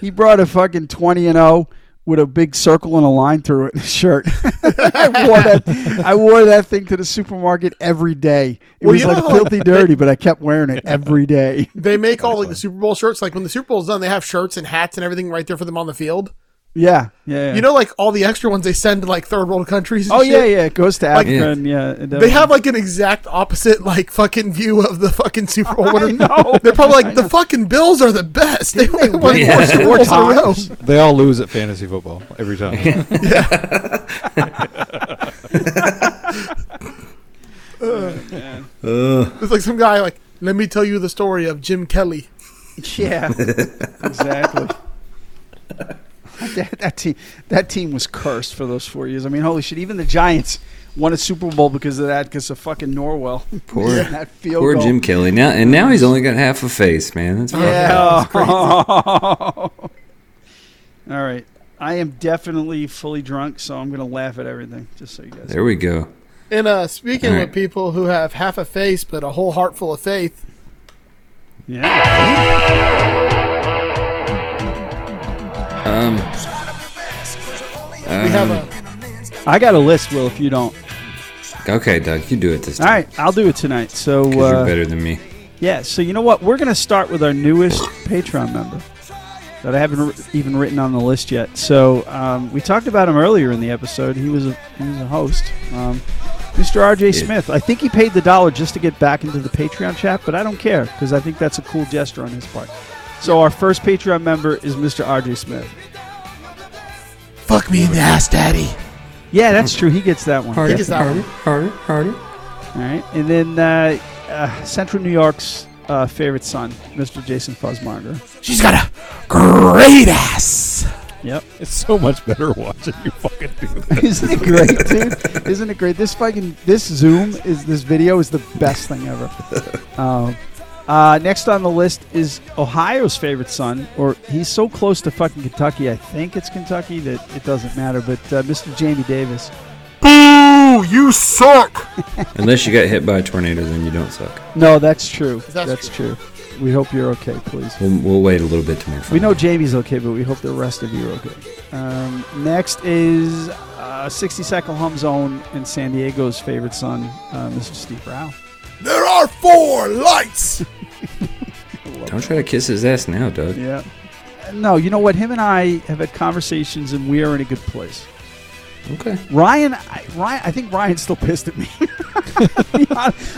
he brought a fucking twenty and zero with a big circle and a line through it shirt. I wore that. I wore that thing to the supermarket every day. It Well, was you like know- filthy dirty, but I kept wearing it every day. They make all like the Super Bowl shirts. Like when the Super Bowl's done, they have shirts and hats and everything right there for them on the field. Yeah, yeah. yeah. You know, like all the extra ones they send to like third world countries. And Oh shit? yeah, yeah. It goes to Like- Africa, and yeah, it They does. have like an exact opposite like fucking view of the fucking Super Bowl winner. know. They're probably like the fucking Bills are the best. They won four Yeah. Super Bowls in a row. They all lose at fantasy football every time. It's like some guy like, let me tell you the story of Jim Kelly. Yeah, exactly. that, that team, that team was cursed for those four years. I mean, holy shit! Even the Giants won a Super Bowl because of that, because of fucking Norwell. Poor- Missing that field Poor goal. Jim Kelly. Now and now he's only got half a face, man. That's fucking- Yeah. All right, I am definitely fully drunk, so I'm gonna laugh at everything. Just so you guys. There we go. And uh, speaking All right. of people who have half a face but a whole heart full of faith, Yeah. Um, we have a I got a list, Will. If you don't, okay, Doug, you do it this all time. right, I'll do it tonight. So. 'cause you're Uh, better than me. Yeah, so you know what? We're going to start with our newest Patreon member that I haven't r- even written on the list yet. So um, we talked about him earlier in the episode. He was a, he was a host, um, Mr. R.J. Smith. I think he paid the dollar just to get back into the Patreon chat, but I don't care because I think that's a cool gesture on his part. So our first Patreon member is Mr. R.J. Smith. fuck me in the ass, daddy. Yeah, that's true. He gets that one. Take us out. All right, and then uh, uh, Central New York's uh, favorite son, Mr. Jason Fuzzmonger. She's got a great ass. Yep. It's so much better watching you fucking do that. Isn't it great, dude? Isn't it great? This fucking this Zoom is this video is the best thing ever. Um, uh, next on the list is Ohio's favorite son, or he's so close to fucking Kentucky. I think it's Kentucky that it doesn't matter. But uh, Mr. Jamie Davis, Boo! You suck. Unless you got hit by a tornado, then you don't suck. no, that's true. That's That's, true. We hope you're okay, please. We'll, we'll wait a little bit to make fun. We know of it. Jamie's okay, but we hope the rest of you are okay. Um, next is uh, 60 Cycle Hum Zone and San Diego's favorite son, uh, Mr. Steve Rao. There are four lights. Don't try to kiss his ass now, Doug. Yeah. No, you know what? Him and I have had conversations, and we are in a good place. Okay. Ryan, I, Ryan, I think Ryan's still pissed at me.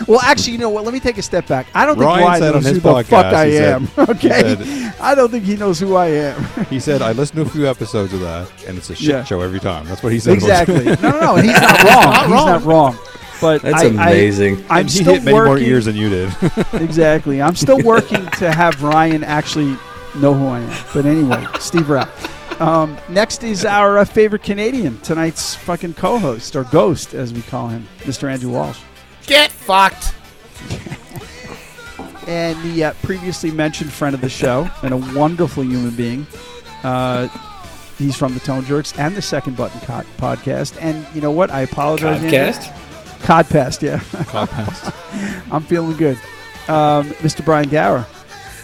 well, actually, you know what? Let me take a step back. I don't Ryan think Ryan said on knows his who the podcast, fuck I he said- am. okay, said- I don't think he knows who I am. He said, I listened to a few episodes of that, and it's a shit Yeah. show every time. That's what he said. exactly. No, no, no. He's not wrong. he's wrong. not wrong. But That's I, amazing. I, am he still hit many working. more ears than you did. Exactly. I'm still working to have Ryan actually know who I am. But anyway, Steve Rapp. Um, next is our uh, favorite Canadian, tonight's fucking co host, or ghost, as we call him, Mr. Andrew Walsh. Get fucked. And the uh, previously mentioned friend of the show and a wonderful human being. Uh, he's from the Tone Jerks and the Second Button Co- podcast. And you know what? I apologize. Andrew. Codcast, yeah. I'm feeling good. Um, Mr. Brian Gower.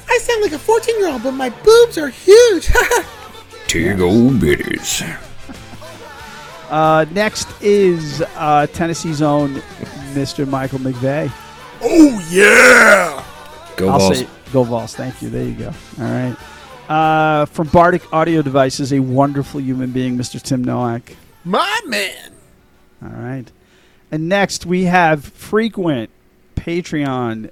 I sound like a 14 year old, but my boobs are huge. Tig old bitties. Uh, next is uh, Tennessee's own Mr. Michael McVeigh. Oh yeah. Go I'll balls. say go Vols. Thank you. There you go. All right. Uh, from Bardic Audio Devices, a wonderful human being, Mr. Tim Nowak. My man. All right. And next we have frequent Patreon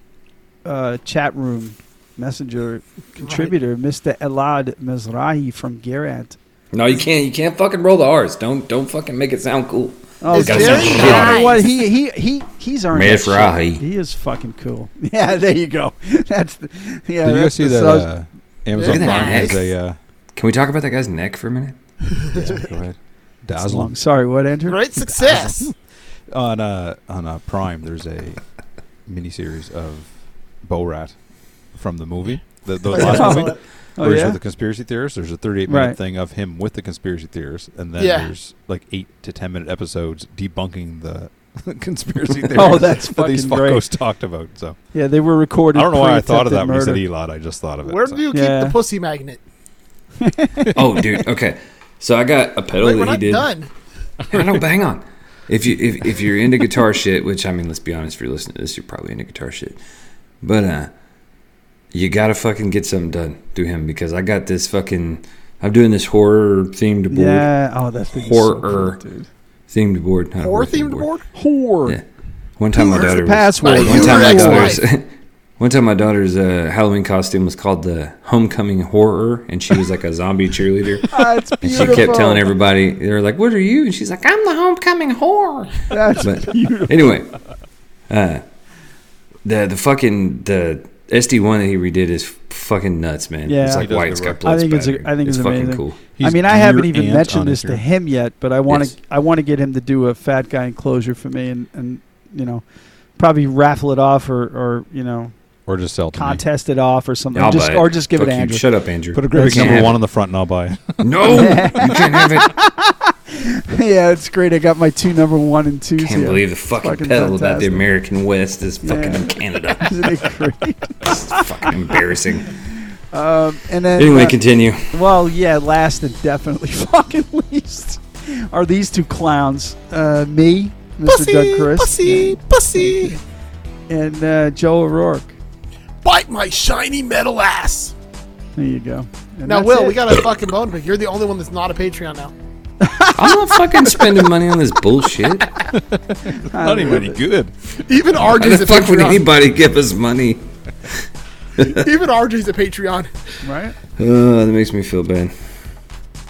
uh, chat room messenger contributor, Mr. Elad Mizrahi from Garant. No, you can't. You can't fucking roll the R's. Don't don't fucking make it sound cool. Oh, It's God. very You know nice. what? He he he he's earned that Mizrahi. shit. He is fucking cool. Yeah, there you go. That's the, Did yeah. you guys that's see the that subs- uh, Amazon Look at Prime that. has a uh, Can we talk about that guy's neck for a minute? go ahead. It's Dazzle long. Sorry, what, Andrew? Great success. on uh, on uh, Prime. There's a miniseries of Bo Rat from the movie, the, the Yeah, I saw last movie. that. Oh, where he's yeah? with the conspiracy theorist. There's a 38 minute Right. thing of him with the conspiracy theorist, and then Yeah. there's like eight to 10 minute episodes debunking the conspiracy theories. Oh, that's that these fucking great. fuckos talked about. So yeah, they were recorded. I don't know why I thought of that when you pre-attempted said Elon. murder. I just thought of it. Where so. do you Yeah. keep the pussy magnet? Oh, dude. Okay. So I got a pedal Wait, we're that he not did. done. I know, bang on. If you if, if you're into guitar shit, which I mean, let's be honest, if you're listening to this, you're probably into guitar shit. But uh you gotta fucking get something done through him because I got this fucking I'm doing this horror themed board Yeah. Oh, that's been so cool, Horror. dude. themed board. not a Horror word, themed board? Horror. Yeah. One time my Where's the daughter password? My was, one time my URX daughter's one time my daughter's uh, Halloween costume was called the Homecoming Horror and she was like a zombie cheerleader. Ah, it's And beautiful. she kept telling everybody, they were like, What are you? And she's like, I'm the homecoming whore. That's But anyway, uh, the the fucking the SD one that he redid is fucking nuts, man. Yeah. it's He like does white. the It's right- got blood I think it's a- spattering. I think it's fucking amazing. cool. I He's mean, I haven't Dear even Ant on mentioned this Instagram. to him yet, but I want to Yes. I want to get him to do a fat guy enclosure for me, and, and you know, probably raffle it off or, or you know Or just sell to me. contest it off or something, I'll just buy it. or just give Fuck it you. to Andrew. Shut up, Andrew. Put a We graphic can't number have one it. on the front, and I'll buy it. No, you can't have it. yeah, it's great. I got my two number one and twos. Can't here. believe the fucking, fucking pedal about the fantastic. American West is fucking Yeah. in Canada. Isn't it great? It's fucking embarrassing. Um, and then Anyway, uh, continue. Well, yeah, last and definitely fucking least are these two clowns. Uh, me, Mr. Doug Pussy, Chris, pussy, pussy. and uh, Joe O'Rourke. Bite my shiny metal ass. There you go. And Now, that's Will, it. we got a fucking bone pick. You're the only one that's not a Patreon now. I'm not fucking spending money on this bullshit. I Not even love any it. good. Even How RJ's the a fuck would Patreon. anybody give us money? Even RJ's a Patreon. right? Uh, that makes me feel bad.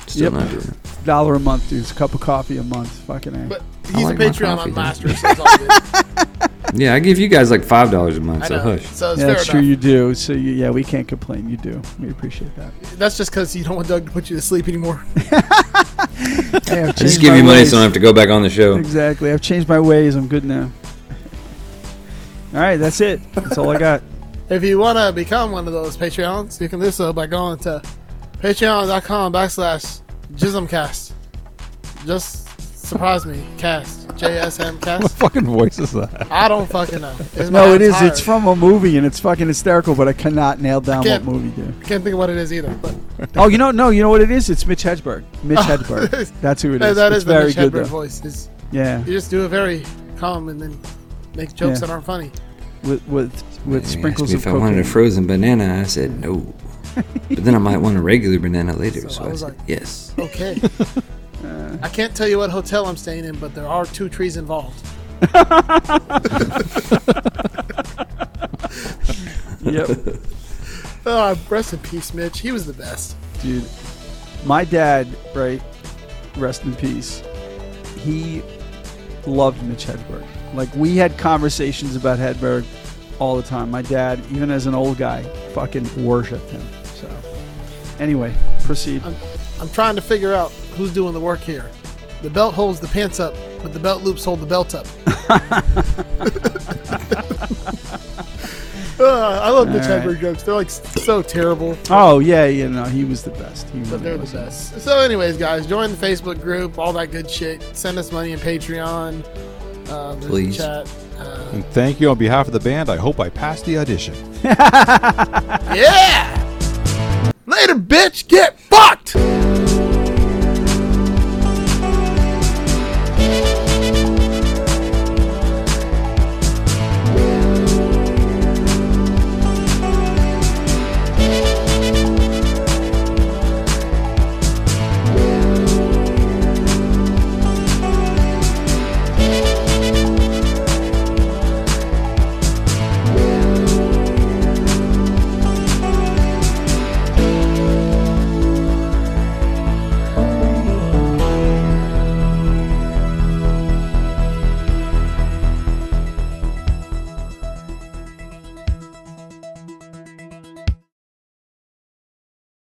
Still Yep. not doing it. Dollar a month, dudes. A cup of coffee a month. Fucking a. But he's like a my Patreon coffee. on Master, so it's all good. Yeah, I give you guys like five dollars a month, I so know. hush. So it's Yeah, that's fair true. enough. You do. So you, yeah, we can't complain. You do. We appreciate that. That's just because you don't want Doug to put you to sleep anymore. Hey, I've I just changed give my you money ways. so I don't have to go back on the show. Exactly. I've changed my ways. I'm good now. All right, that's it. That's all I got. If you want to become one of those Patreons, you can do so by going to patreon.com backslash jismcast. Just surprise me, cast. JSM What cast. fucking voice is that? I don't fucking know. It's my- No, I'm it is. tired. It's from a movie, and it's fucking hysterical. But I cannot nail down what Can't- movie. Dude. Can't think of what it is either. But Oh, you know, no, you know what it is? It's Mitch Hedberg. Mitch Hedberg. That's who it that, is. Oh, that it's is the very Mitch good Hedberg though. voice. It's, Yeah, you just do a very calm and then make jokes Yeah. that aren't funny. with with with They sprinkles asked me of if I wanted a cocaine. frozen banana, I said no. but then I might want a regular banana later, so, So I I, was said like- yes. Okay. Uh. I can't tell you what hotel I'm staying in, but there are two trees involved. yep, Oh, rest in peace, Mitch. He was the best. dude. My dad, right? Rest in peace. He loved Mitch Hedberg. Like we had conversations about Hedberg all the time. My dad, even as an old guy, fucking worshipped him. So, anyway, proceed. I'm trying to figure out who's doing the work here. The belt holds the pants up, but the belt loops hold the belt up. Uh, I love Mitch All right. Hedberg jokes. They're like s- so terrible, Oh yeah, you know he was the best. He but really they're the was. best. So, anyways, guys, join the Facebook group, all that good shit. Send us money in Patreon. Uh, there's a Please. Chat. Uh, And thank you on behalf of the band. I hope I passed the audition. yeah! Later, bitch! Get fucked!